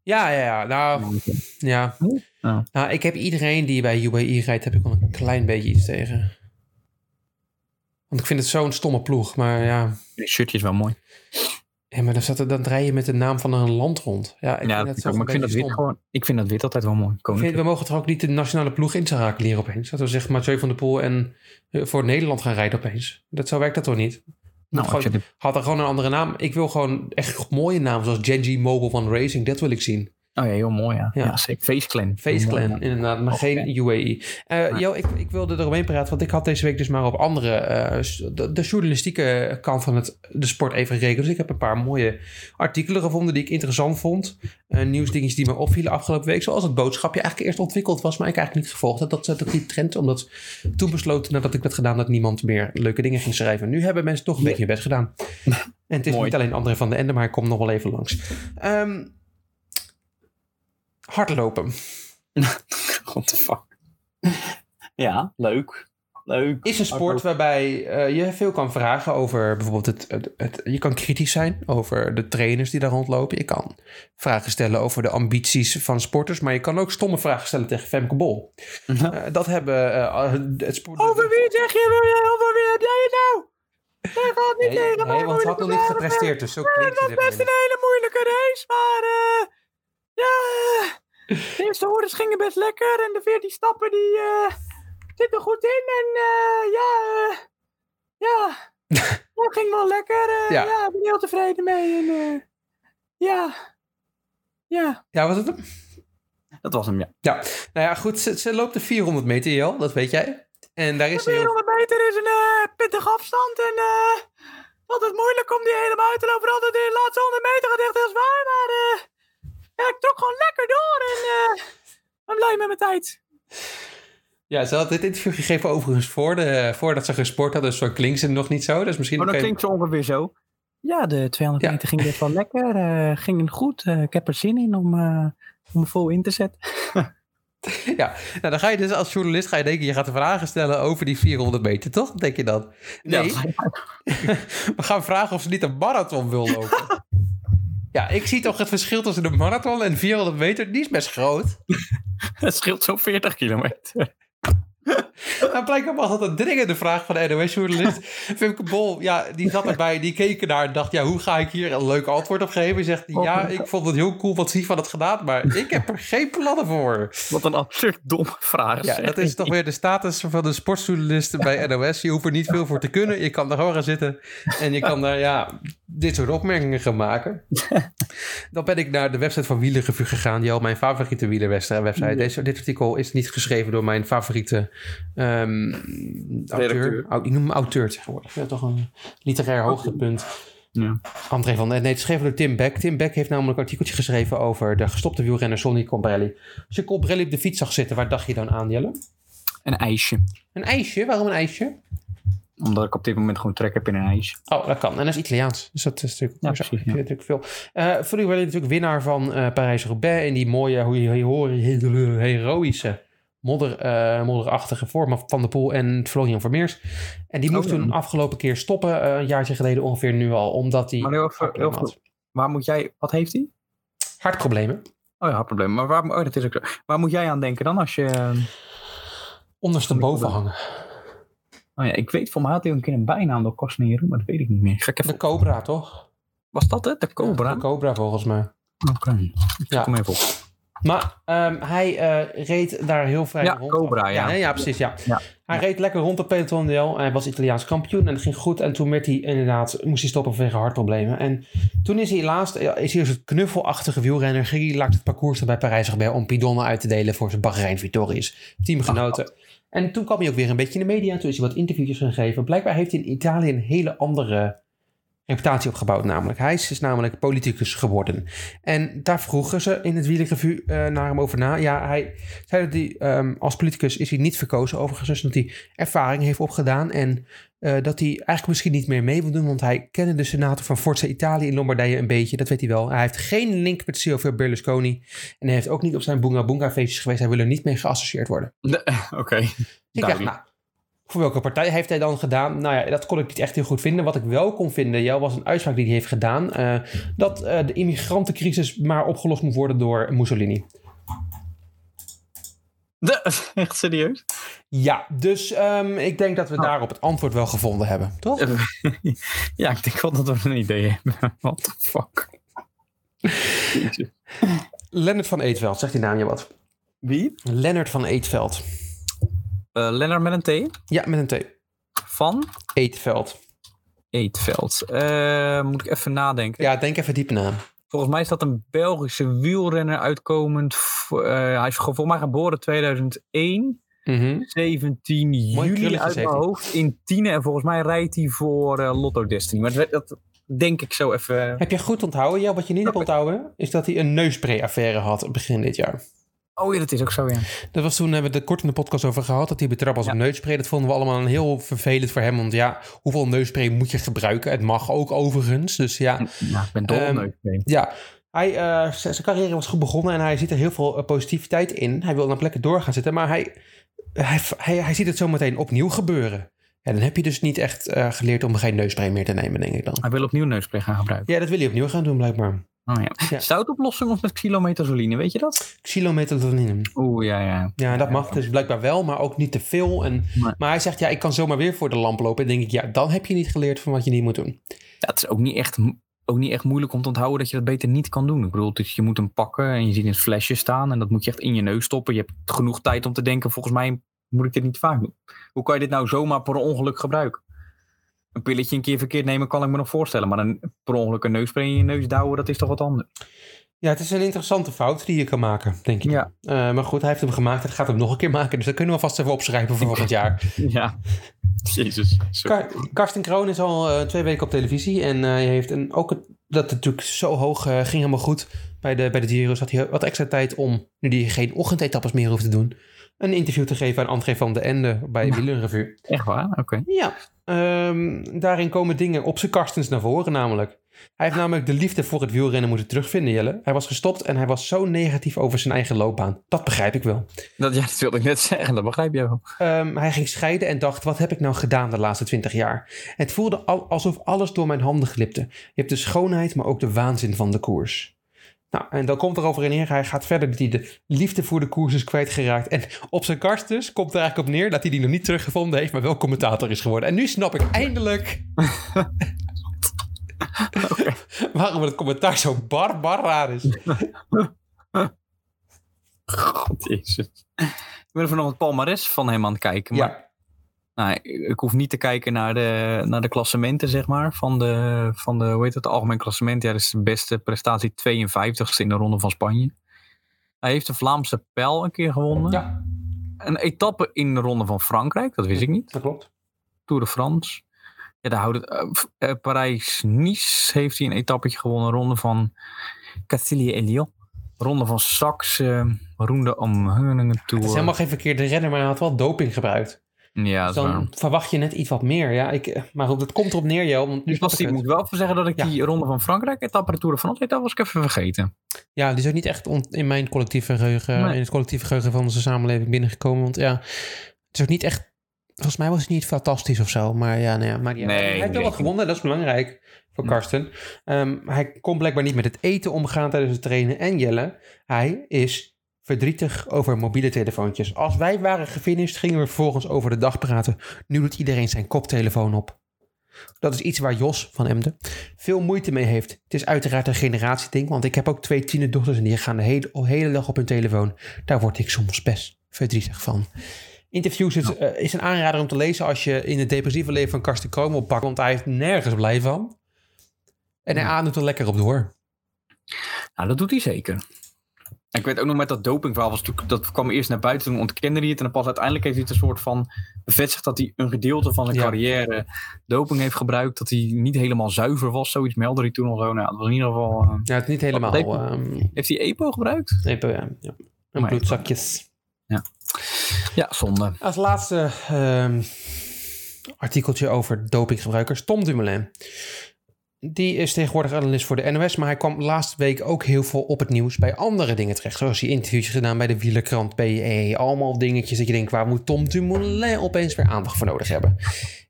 Ja, ja, ja. Nou, ja.
Ja.
Nou, ik heb iedereen die bij UAE rijdt, heb ik wel een klein beetje iets tegen. Want ik vind het zo'n stomme ploeg. Maar ja,
Die shirtje is wel mooi.
ja maar dan, zat er, dan draai je met de naam van een land rond. Ja, ik
ja,
vind
dat
dat
is
zelf
ook. Maar
een
ik vind dat,
beetje
wit
stom.
gewoon, ik vind dat wit altijd wel mooi.
Ik vind,
Koninklijk.
we mogen toch ook niet de nationale ploeg inschakelen hier opeens. Dat we zeg maar Joy van der Poel en eh, voor Nederland gaan rijden opeens. Dat zo werkt dat toch niet?
Nou,
gewoon-
ik vind het-
Had er gewoon een andere naam. Ik wil gewoon echt mooie namen zoals Genji Mobile One Racing. Dat wil ik zien.
oh ja, heel mooi. Ja,
Ja.
ja. zeker. Face Clan.
Face
Heel mooi,
Clan inderdaad, maar
Oké.
geen UAE. Eh
Nee.
Jo, ik, ik wilde eromheen praten, want ik had deze week dus maar op andere... eh, s- de, de journalistieke kant van het, de sport even gekeken. Dus ik heb een paar mooie artikelen gevonden die ik interessant vond. Eh nieuwsdingetjes die me opvielen afgelopen week. Zoals het boodschapje eigenlijk eerst ontwikkeld was, maar ik eigenlijk niet gevolgd heb. Dat zet ook die trend, omdat toen besloten nadat ik dat gedaan... dat niemand meer leuke dingen ging schrijven. Nu hebben mensen toch een beetje hun best gedaan. En het is
Mooi.
niet alleen André van de Ende, maar ik kom nog wel even langs. Ehm, hardlopen.
ja. What the fuck. Ja, leuk. Leuk.
is een sport waarbij eh, je veel kan vragen over bijvoorbeeld het, het, het- Je kan kritisch zijn over de trainers die daar rondlopen. Je kan vragen stellen over de ambities van sporters. Maar je kan ook stomme vragen stellen tegen Femke Bol.
Ja.
Eh, dat hebben eh, het sport...
Mhm. Over wie zeg je? Over wie heb jij het nou? Hij gaat niet
Nee,
tegen mij.
nee, want ze had nog niet gepresteerd. Dus zo klinkt het.
Het was
helemaal
best een
niet.
hele moeilijke race, maar eh, ja, eh, de eerste hordes gingen best lekker en de 14 stappen die eh, zitten goed in en eh, ja, eh, ja, dat ging wel lekker. eh,
Ja.
ja. ik ben heel tevreden mee en eh, ja, ja.
Ja, was het hem?
Dat was hem, ja.
Nou ja, goed. Ze, ze loopt de 400 meter, Jel. Dat weet jij. En daar is ze heel
400 meter is een eh pittige afstand en eh altijd moeilijk om die helemaal uit te lopen. Altijd in de laatste 100 meter gaat echt heel zwaar, maar eh, ja, ik trok gewoon lekker door en eh, ik ben blij met mijn tijd.
Ja, ze had dit interview gegeven overigens voor de, voordat ze gesport had, dus zo klinkt ze nog niet zo. Dus misschien
Oh,
kan je-
ze ongeveer zo. Ja, de 200
Ja.
meter ging best wel lekker, eh, ging goed. Eh, ik heb er zin in om, eh om vol in te zetten.
Nou, dan ga je dus als journalist ga je denken, je gaat de vragen stellen over die 400 meter, toch? Denk je dan? Nee, we gaan vragen of ze niet een marathon wil lopen. ja, ik zie toch het verschil tussen een marathon en 400 meter, die is best groot.
het scheelt zo'n 40 kilometer.
Nou, blijkbaar was dat een dringende vraag van de NOS-journalist. Femke Bol, ja, die zat erbij, die keek ernaar en dacht... ja, hoe ga ik hier een leuk antwoord op geven? Hij zegt, ja, ik vond het heel cool wat Sifan had gedaan... maar ik heb er geen plannen voor.
Wat een absurd domme vraag.
Ja, dat is toch weer de status van de sportjournalist bij NOS. Je hoeft er niet veel voor te kunnen. Je kan daar gewoon gaan zitten en je kan daar ja, dit soort opmerkingen gaan maken. Dan ben ik naar de website van Wielerrevue gegaan. Jel, mijn favoriete wielerwebsite. website. Deze, dit artikel is niet geschreven door mijn favoriete ehm auteur.
Redacteur.
Au- ik noem hem auteur tegenwoordig. Dat is toch een literair hoogtepunt.
Ja.
André van der... Nee, het is geschreven door Tim Beck. Tim Beck heeft namelijk een artikeltje geschreven over de gestopte wielrenner Sonny Colbrelli. Als je Colbrelli op de fiets zag zitten, waar dacht je dan aan, Jelle?
Een ijsje.
Een ijsje? Waarom een ijsje?
Omdat ik op dit moment gewoon trek heb in een ijsje.
Oh, dat kan. En dat is Italiaans. Dus dat is natuurlijk,
Ja,
ook zo.
precies,
Dat is natuurlijk veel. Eh Vroeger werd hij natuurlijk winnaar van eh Parijs-Roubaix. En die mooie, hoe je hoor, hele heroïsche, modder, eh, modderachtige vorm van Van de Poel en Florian Vermeers. En die moest
Oh, ja.
toen afgelopen keer stoppen, eh, een jaartje geleden ongeveer nu al. Omdat hij
Maar heel even, heel even, waar moet jij, wat heeft hij?
hartproblemen,
Oh ja, probleem. Maar waar, oh, dat is ook zo. waar moet jij aan denken dan als je... ehm,
ondersteboven hangen.
Oh ja, ik weet, voor mij had hij een keer een bijnaam door Cosnero, maar dat weet ik niet meer. Ga ik
De
even,
Cobra, toch?
was dat het? De Cobra?
De Cobra, volgens mij.
Oké.
Ja.
Ja. Kom even op.
Maar ehm, hij eh, reed daar heel vrij
Ja,
rond.
Cobra, ja.
hè? ja, precies, ja.
Ja.
Hij reed lekker rond op peloton deel. Hij was Italiaans kampioen en het ging goed. En toen werd hij inderdaad, moest hij stoppen vanwege hartproblemen. En toen is hij laatst, ja, is hij als een knuffelachtige wielrenner. Ging hij langs het parcours dan bij Parijs-Roubaix om pidonnen uit te delen voor zijn Bahrein Victorious. Teamgenoten. En toen kwam hij ook weer een beetje in de media. Toen is hij wat interviewtjes gaan geven. Blijkbaar heeft hij in Italië een hele andere reputatie opgebouwd namelijk. Hij is, is namelijk politicus geworden. En daar vroegen ze in het wielerrevue eh, naar hem over na. Ja, hij zei dat hij ehm, als politicus is hij niet verkozen overigens. Dus dat hij ervaring heeft opgedaan. En eh, dat hij eigenlijk misschien niet meer mee wil doen. Want hij kende de senator van Forza Italië in Lombardije een beetje. Dat weet hij wel. Hij heeft geen link met Silvio Berlusconi. En hij heeft ook niet op zijn Boonga Boonga feestjes geweest. Hij wil er niet mee geassocieerd worden.
Oké.
Ik dacht, nou, voor welke partij heeft hij dan gedaan? Nou ja, dat kon ik niet echt heel goed vinden. Wat ik wel kon vinden, Jel, was een uitspraak die hij heeft gedaan. eh, dat eh, de immigrantencrisis maar opgelost moet worden door Mussolini.
De, echt serieus?
Ja, dus ehm, ik denk dat we
Oh.
daarop het antwoord wel gevonden hebben, toch?
ja, ik denk wel dat we een idee hebben. What the fuck?
Lennart van Eetveld, zegt die naam je wat?
Wie? Eh,
Lennart van Eetveld.
Lennart met een T.
Ja, met een T.
Van
Eetveld.
Eetveld. Eh, moet ik even nadenken.
Ja, denk even diep na.
Volgens mij is dat een Belgische wielrenner uitkomend. v- eh, hij is ge- volgens mij geboren 2001.
Mhm.
17 juli
krulletje
uit mijn
heeft hij.
hoofd in Tiene. En volgens mij rijdt hij voor eh, Lotto Destiny. Maar dat, dat denk ik zo even.
Heb je goed onthouden, Jel? Wat je niet hebt onthouden, is dat hij een neusspray-affaire had begin dit jaar.
Oh ja, dat is ook zo, ja.
Dat was toen, hebben we het kort in de podcast over gehad, dat hij betrapt was op neuspray. Dat vonden we allemaal een heel vervelend voor hem. Want ja, hoeveel neuspray moet je gebruiken? Het mag ook overigens. Dus ja,
ja ik ben dol
Ehm,
op neusbeen.
ja. Hij, eh, z- zijn carrière was goed begonnen en hij ziet er heel veel eh, positiviteit in. Hij wil naar plekken door gaan zitten, maar hij hij, hij, hij ziet het zometeen opnieuw gebeuren. Ja, dan heb je dus niet echt eh, geleerd om geen neuspray meer te nemen, denk ik dan.
Hij wil opnieuw neuspray gaan gebruiken.
Ja, dat wil je opnieuw gaan doen, blijkbaar.
Oh, ja.
Ja.
Zoutoplossing of met xylometazoline, weet je dat?
Xylometazoline.
Oeh, ja, ja.
Ja, dat mag dus blijkbaar wel, maar ook niet te veel. En,
Nee.
Maar hij zegt, ja, ik kan zomaar weer voor de lamp lopen. En dan denk ik, ja, dan heb je niet geleerd van wat je niet moet doen.
Dat is ook niet, echt, ook niet echt moeilijk om te onthouden dat je dat beter niet kan doen. Ik bedoel, het is- je moet hem pakken en je ziet een flesje staan en dat moet je echt in je neus stoppen. Je hebt genoeg tijd om te denken, volgens mij moet ik dit niet vaak doen. Hoe kan je dit nou zomaar per ongeluk gebruiken? Een pilletje een keer verkeerd nemen kan ik me nog voorstellen, maar een per ongeluk een neuspray in je neus douwen, dat is toch wat anders.
Ja, het is een interessante fout die je kan maken, denk ik.
Ja.
Eh, maar goed, hij heeft hem gemaakt. Hij gaat hem nog een keer maken. Dus dat kunnen we vast even opschrijven voor volgend jaar.
Ja. Jezus.
Kar- Karsten Kroon is al eh, twee weken op televisie. En eh, hij heeft een, ook het- dat natuurlijk zo hoog eh, ging helemaal goed bij de, bij de Giro. Zat hij wat extra tijd om, nu hij geen ochtendetappes meer hoeft te doen, een interview te geven aan André van de Ende bij
Ja.
Wielen Revue.
Echt waar? Oké.
Ja, ehm, daarin komen dingen op zijn karstens naar voren namelijk. Hij heeft namelijk de liefde voor het wielrennen moeten terugvinden, Jelle. Hij was gestopt en hij was zo negatief over zijn eigen loopbaan. Dat begrijp ik wel.
Dat, ja, dat wilde ik net zeggen, dat begrijp je wel.
Ehm, hij ging scheiden en dacht, wat heb ik nou gedaan de laatste twintig jaar? Het voelde al- alsof alles door mijn handen glipte. Je hebt de schoonheid, maar ook de waanzin van de koers. Nou, en dan komt er overheen neer, hij gaat verder dat hij de liefde voor de koers is kwijtgeraakt. En op zijn karst dus komt er eigenlijk op neer dat hij die nog niet teruggevonden heeft, maar wel commentator is geworden. En nu snap ik eindelijk waarom het commentaar zo barbar raar is.
God, Jezus. Ik ben even nog het palmares van hem aan het kijken. Maar
Ja,
Nou, ik ik hoef niet te kijken naar de, naar de klassementen, zeg maar. Van de, van de, hoe heet het, algemeen klassement. Ja, dat is de beste prestatie, 52ste in de Ronde van Spanje. Hij heeft de Vlaamse pijl een keer gewonnen.
ja
Een etappe in de Ronde van Frankrijk, dat wist ik niet.
dat klopt.
Tour de France. Ja, daar houdt het. eh, f- eh, Parijs-Nice heeft hij een etappetje gewonnen. Ronde van Castille et Lyon. Ronde van Saxe. Ronde om Heuningen Tour.
Het is helemaal geen verkeerde renner, maar hij had wel doping gebruikt.
Ja, dat
Dus
is waar.
dan verwacht je net iets wat meer. Ja, ik, eh, maar goed, dat komt erop neer, Jel. Want nu
Dus
snap ik
was die,
het.
moet ik wel even zeggen dat ik
Ja.
die ronde van Frankrijk, etappe de Tour de France, dat was ik even vergeten.
Ja, die is ook niet echt ont- in mijn collectieve geheugen,
Nee.
in het collectieve geheugen van onze samenleving binnengekomen. Want ja, het is ook niet echt. Volgens mij was het niet fantastisch of zo. Maar ja, nou ja maakt niet uit.
Nee,
Hij heeft wel
nee.
wat gewonnen, dat is belangrijk voor
Ja.
Karsten. Ehm, hij kon blijkbaar niet met het eten omgaan tijdens het trainen. En Jelle, hij is verdrietig over mobiele telefoontjes. Als wij waren gefinished, gingen we vervolgens over de dag praten. Nu doet iedereen zijn koptelefoon op. Dat is iets waar Jos van Emden veel moeite mee heeft. Het is uiteraard een generatieding, want ik heb ook twee tienerdochters en die gaan de hele, de hele dag op hun telefoon. Daar word ik soms best verdrietig van. Interviews is, eh, is een aanrader om te lezen als je in het depressieve leven van Karsten Kroon wil pakken, want hij heeft nergens blij van. En hij ademt er lekker op door.
Nou, dat doet hij zeker. Ik weet ook nog met dat dopingverhaal, was natuurlijk, dat kwam eerst naar buiten, toen ontkende hij het. En dan pas uiteindelijk heeft hij het een soort van bevestigd dat hij een gedeelte van zijn
Ja.
carrière doping heeft gebruikt. Dat hij niet helemaal zuiver was, zoiets meldde hij toen al zo. Nou, dat was in ieder geval... eh,
Ja, het is niet helemaal.
Dat betekent-
ehm,
heeft hij EPO gebruikt?
even, ja, ja. En
Maar-
bloedzakjes.
Ja, zonde.
Als laatste ehm, artikeltje over dopinggebruikers. Tom Dumoulin. Die is tegenwoordig analist voor de NOS. Maar hij kwam laatste week ook heel veel op het nieuws bij andere dingen terecht. Zoals die interviews gedaan bij de wielerkrant PE. Allemaal dingetjes dat je denkt, waar moet Tom Dumoulin opeens weer aandacht voor nodig hebben?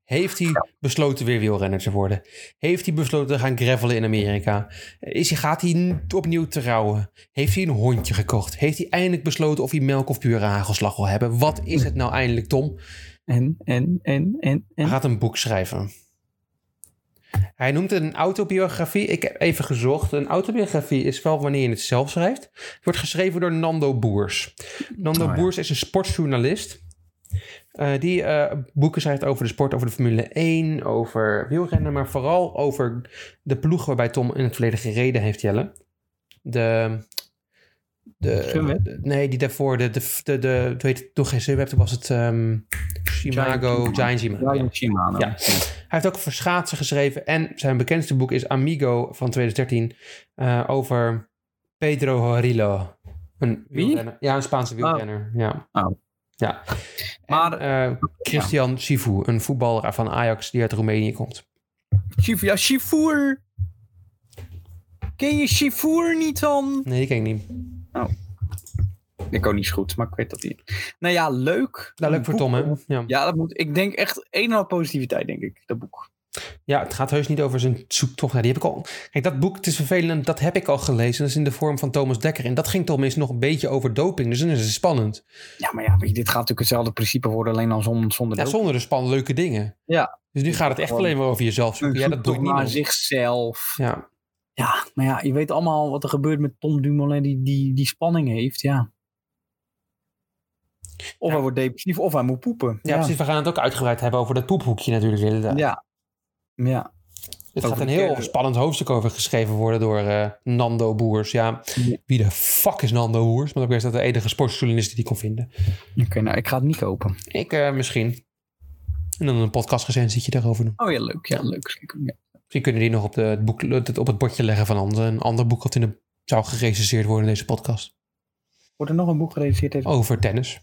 Heeft hij besloten weer wielrenner te worden? Heeft hij besloten te gaan gravelen in Amerika? Is hij, gaat hij opnieuw trouwen? Heeft hij een hondje gekocht? Heeft hij eindelijk besloten of hij melk of pure hagelslag wil hebben? Wat is het nou eindelijk, Tom?
En, en, en, en, en.
Hij gaat een boek schrijven. Hij noemt het een autobiografie. Ik heb even gezocht. Een autobiografie is wel wanneer je het zelf schrijft. Het wordt geschreven door Nando Boers. Nando
Oh ja.
Boers is een sportjournalist. eh, die eh, boeken schrijft over de sport, over de Formule 1, over wielrennen, maar vooral over de ploeg waarbij Tom in het verleden gereden heeft, Jelle. De. de
Sunweb?
de- nee, die daarvoor, de. de, de, de hoe heet het? Toen geen Sunweb, toen was het. ehm Chimago,
Giant
Giant Shima.
Ryan Shimano.
Ja. Hij heeft ook voor schaatsen geschreven. En zijn bekendste boek is Amigo van 2013. eh, over Pedro Horillo. Een
Wie?
wielrenner. Ja, een Spaanse wielrenner. Ja.
Oh.
ja.
Maar
Eh, Christian Sivu, een voetballer van Ajax die uit Roemenië komt.
Chief, ja, Chifoer. Ken je Chifoer niet dan?
Nee, die ken ik niet.
ik ook niet zo goed, maar ik weet dat hij. Nou ja, leuk.
Nou, leuk voor Tom, hè? Ja.
Ja, dat moet, ik denk echt een en al positiviteit, denk ik, dat boek.
ja, het gaat heus niet over zijn zoektocht. naar die heb ik al. Kijk, dat boek, het is vervelend, dat heb ik al gelezen. Dat is in de vorm van Thomas Dekker. En dat ging toch minstens nog een beetje over doping. Dus dan is het spannend.
Ja, maar ja, weet je, dit gaat natuurlijk hetzelfde principe worden, alleen dan zonder, zonder
Ja,
dood.
zonder de span leuke dingen.
Ja.
Dus nu gaat het echt
Gewoon
alleen maar over jezelf
Een
zoeken. Ja, dat doet
zoektocht naar
niemand.
zichzelf. Ja.
Ja,
maar ja, je weet allemaal wat er gebeurt met Tom Dumoulin die, die, die spanning heeft, ja. Of hij wordt depressief, of hij moet poepen.
ja, precies. We gaan het ook uitgebreid hebben over dat poephoekje natuurlijk. Inderdaad.
Ja. ja.
Het gaat
Over
een
de
heel
kerk.
spannend hoofdstuk over geschreven worden door eh, Nando Boers. Ja,
Ja.
wie de fuck is Nando Boers? Maar ik weet dat de enige sportjournalist die die kon vinden.
Oké, nou, ik ga het niet kopen. Ik,
Eh, misschien. En dan een podcastrecensietje daarover doen.
Oh ja, leuk. Ja, leuk. Ja.
Misschien kunnen die nog op, de, het, boek, het- op het bordje leggen van ander, een ander boek dat in de, zou gerecenseerd worden in deze podcast.
Wordt er nog een boek gerealiseerd?
Over tennis.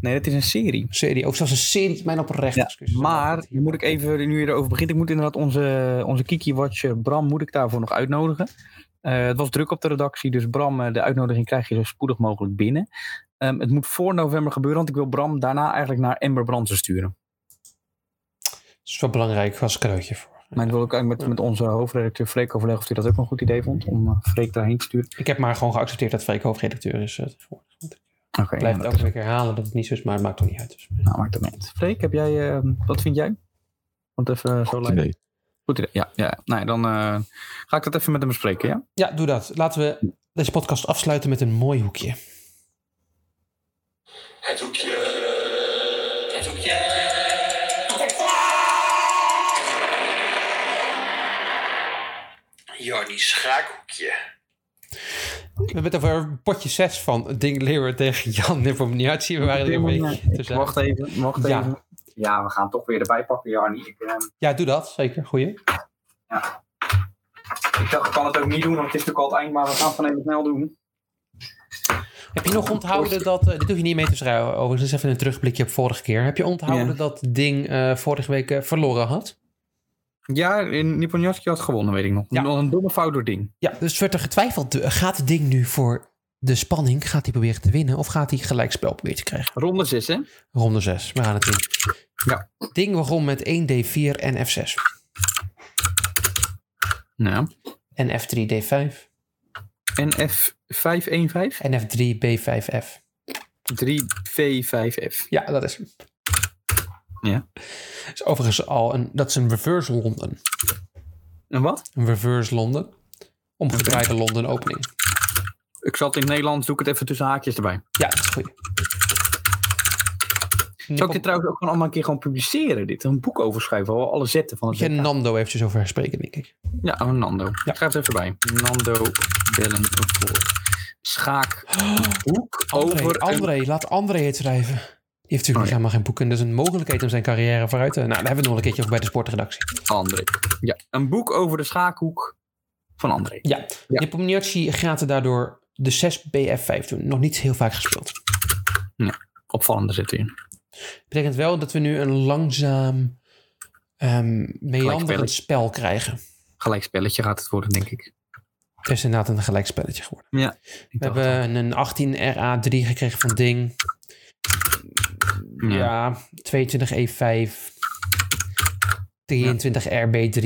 Nee, dat is een serie.
Serie, ook zelfs een serie. Mijn oprecht.
Ja,
excuses.
Maar nu moet ik even, nu je erover begint, ik moet inderdaad onze, onze Kiki-watcher Bram moet ik daarvoor nog uitnodigen. Eh, het was druk op de redactie, dus Bram, eh, de uitnodiging krijg je zo spoedig mogelijk binnen. Ehm, het moet voor november gebeuren, want ik wil Bram daarna eigenlijk naar Ember Brandsen sturen.
Dat is wel belangrijk als cadeautje voor.
Maar ik wil ook eigenlijk met, met onze hoofdredacteur Freek overleggen of hij dat ook een goed idee vond, om eh, Freek daarheen te sturen.
Ik heb maar gewoon geaccepteerd dat Freek hoofdredacteur is. eh, tegenwoordig. Want Ik
Oké,
blijf
ja,
het
dat-
elke week herhalen dat het niet zo is, maar het maakt toch niet uit. Dus.
nou, maakt dat niet uit. Freek, heb jij, ehm, wat vind jij? Want even eh, zo
Goed
leiden.
idee.
Goed idee. Ja, ja. Nou, dan eh, ga ik dat even met hem bespreken, ja?
Ja, doe dat. Laten we deze podcast afsluiten met een mooi hoekje.
Het hoekje. Het hoekje. Jordi Schaakhoekje.
We hebben het over potje 6 van Ding Leeuwen tegen Jan Nepomniachtchi. We waren er een beetje tussen.
Wacht even, wacht
Ja.
even. Ja, we gaan het toch weer erbij pakken, Jarnie. Ik, eh,
Ja, doe dat. Zeker. Goeie.
ik dacht, ik kan het ook niet doen, want het is natuurlijk al het eind, maar we gaan het van even snel doen.
Heb je nog onthouden dat... eh, dit hoef je niet mee te schrijven overigens. Dit is even een terugblikje op vorige keer. Heb je onthouden
Ja.
dat Ding eh, vorige week eh, verloren had?
Ja, Niponjatski had gewonnen, weet ik nog.
Ja.
Nog Een domme fout door Ding.
Ja, dus werd er getwijfeld. eh, Gaat Ding nu voor de spanning, gaat hij proberen te winnen... of gaat hij gelijkspel proberen te krijgen?
Ronde 6, hè?
Ronde 6. We gaan het doen.
Ja.
Ding begon met 1d4 en f6.
Nou.
En f3, d5.
En F515?
En f3, b5, f.
3V5F.
Ja, dat is hem.
Ja.
Is overigens al een, dat is een reverse Londen.
En wat?
Een reverse Londen. Omgedraaide Londen opening.
Ik zat in het Nederlands, doe ik het even tussen haakjes erbij.
Ja, dat is goed.
Zou ik dit
Nippel-
trouwens ook gewoon allemaal een keer gewoon publiceren, dit? Een boek overschrijven, waar we alle zetten van het
Moet je Nando eventjes over herspreken, denk ik.
Ja, oh, Nando. Ik Schrijf het even bij. Nando bellen voor schaak. Hoek
André,
over een-
André laat André het schrijven. Die heeft natuurlijk
Oh, ja.
helemaal geen boek en dat is een mogelijkheid om zijn carrière vooruit te... Nou, daar hebben we het nog een keertje over bij de sportredactie.
André. Ja, een boek over de schaakhoek van André.
Ja,
Ja.
Nepomniachtchi gaat daardoor de 6BF5 doen. Nog niet heel vaak gespeeld.
Opvallende zit in.
betekent wel dat we nu een langzaam ehm meanderend
Gelijkspelletje.
spel krijgen.
Gelijkspelletje gaat het worden, denk ik.
Het is inderdaad een gelijkspelletje geworden.
Ik
We
dacht
hebben een 18 RA3 gekregen van Ding.
al.
Ja, E
ja.
22 E5. 23 RB3.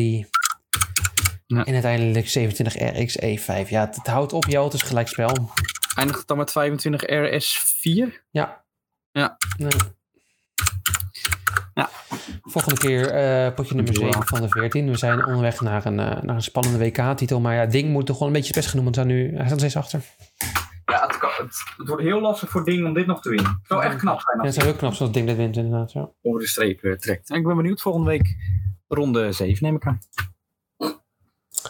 Ja.
En uiteindelijk 27 RX E5. E Ja, het, het houdt op, joh. Het is gelijkspel.
Eindigt het dan met 25 RS4?
Ja.
Ja.
Nee.
Ja.
Volgende keer eh, potje nummer
Dankjewel.
7 van de 14. We zijn onderweg naar een, eh, naar een spannende WK-titel. Maar ja, Ding moet toch gewoon een beetje zijn best genoemd. Want hij staat nu, hij staat steeds achter.
Ja, het, kan- het, het wordt heel lastig voor Ding om dit nog te winnen. Het zou echt knap zijn
Ja, het
als hij
zou heel knap zoals Ding dit wint inderdaad. Ja.
over de streep eh, trekt. En ik ben benieuwd volgende week ronde 7 neem ik aan.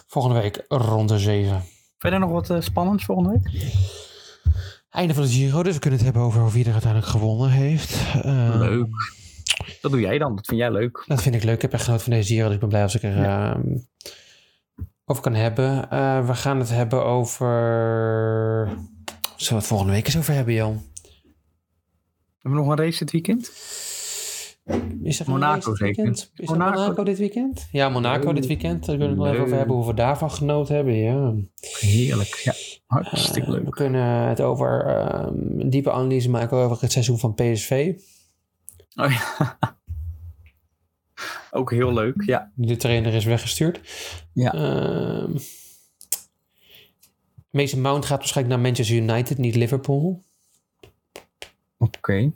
Volgende week ronde 7.
Verder nog wat eh, spannends volgende week?
Einde van de Giro, dus we kunnen het hebben over wie er uiteindelijk gewonnen heeft. Eh,
Leuk. Dat doe jij dan. Dat vind jij leuk.
Dat vind ik leuk. Ik heb echt genoten van deze Giro, dus ik ben blij als ik er ehm, over kan hebben. Eh, we gaan het hebben over... Zullen we het volgende week eens over hebben, Jan?
Hebben we nog een race dit weekend?
Is er
Monaco
Monaco dit
zeker.
weekend? Is Monaco.
Monaco.
Monaco dit weekend? Ja, Monaco
Leuk.
dit weekend. Daar kunnen we het wel even over
Leuk.
hebben hoe we daarvan genoten hebben. Ja.
Heerlijk. Ja. Hartstikke
We
leuk.
kunnen het over ehm, een diepe analyse maken over het seizoen van PSV.
Oh, ja. Ook heel leuk, ja.
De trainer is weggestuurd.
Ja.
Ehm, Mason Mount gaat waarschijnlijk naar Manchester United, niet Liverpool.
Oké.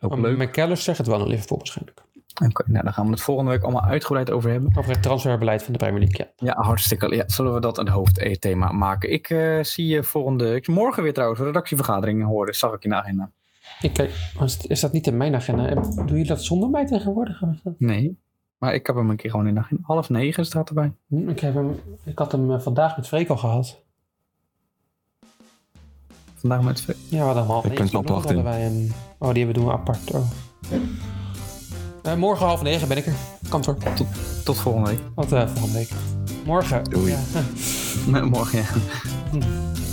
Ook
Maar
leuk.
McAllister gaat wel naar Liverpool waarschijnlijk.
Oké, nou dan gaan we het volgende week allemaal uitgebreid over hebben.
Over het transferbeleid van de Premier League, ja.
Ja, hartstikke. Ja, zullen we dat een hoofdthema maken? Ik eh, zie je volgende... Ik, morgen weer trouwens, een redactievergadering horen. Zag ik in de agenda.
Ik kijk, is- is dat niet in mijn agenda? Doe je dat zonder mij tegenwoordig?
Nee. Maar ik heb hem een keer gewoon in de agenda. Half negen staat erbij.
Hm, Ik, heb hem, ik had hem eh, vandaag met Freek al gehad.
Vandaag met... twee-
Ja, we hadden hem half
Ik
negen.
ben het
nog
opdracht in.
hadden wij een- Oh, die hebben we doen we apart. Oh. Eh, morgen half negen ben ik er. Kantoor.
Tot volgende week.
Tot eh, volgende week. Morgen.
Doei.
Ja.
morgen, ja.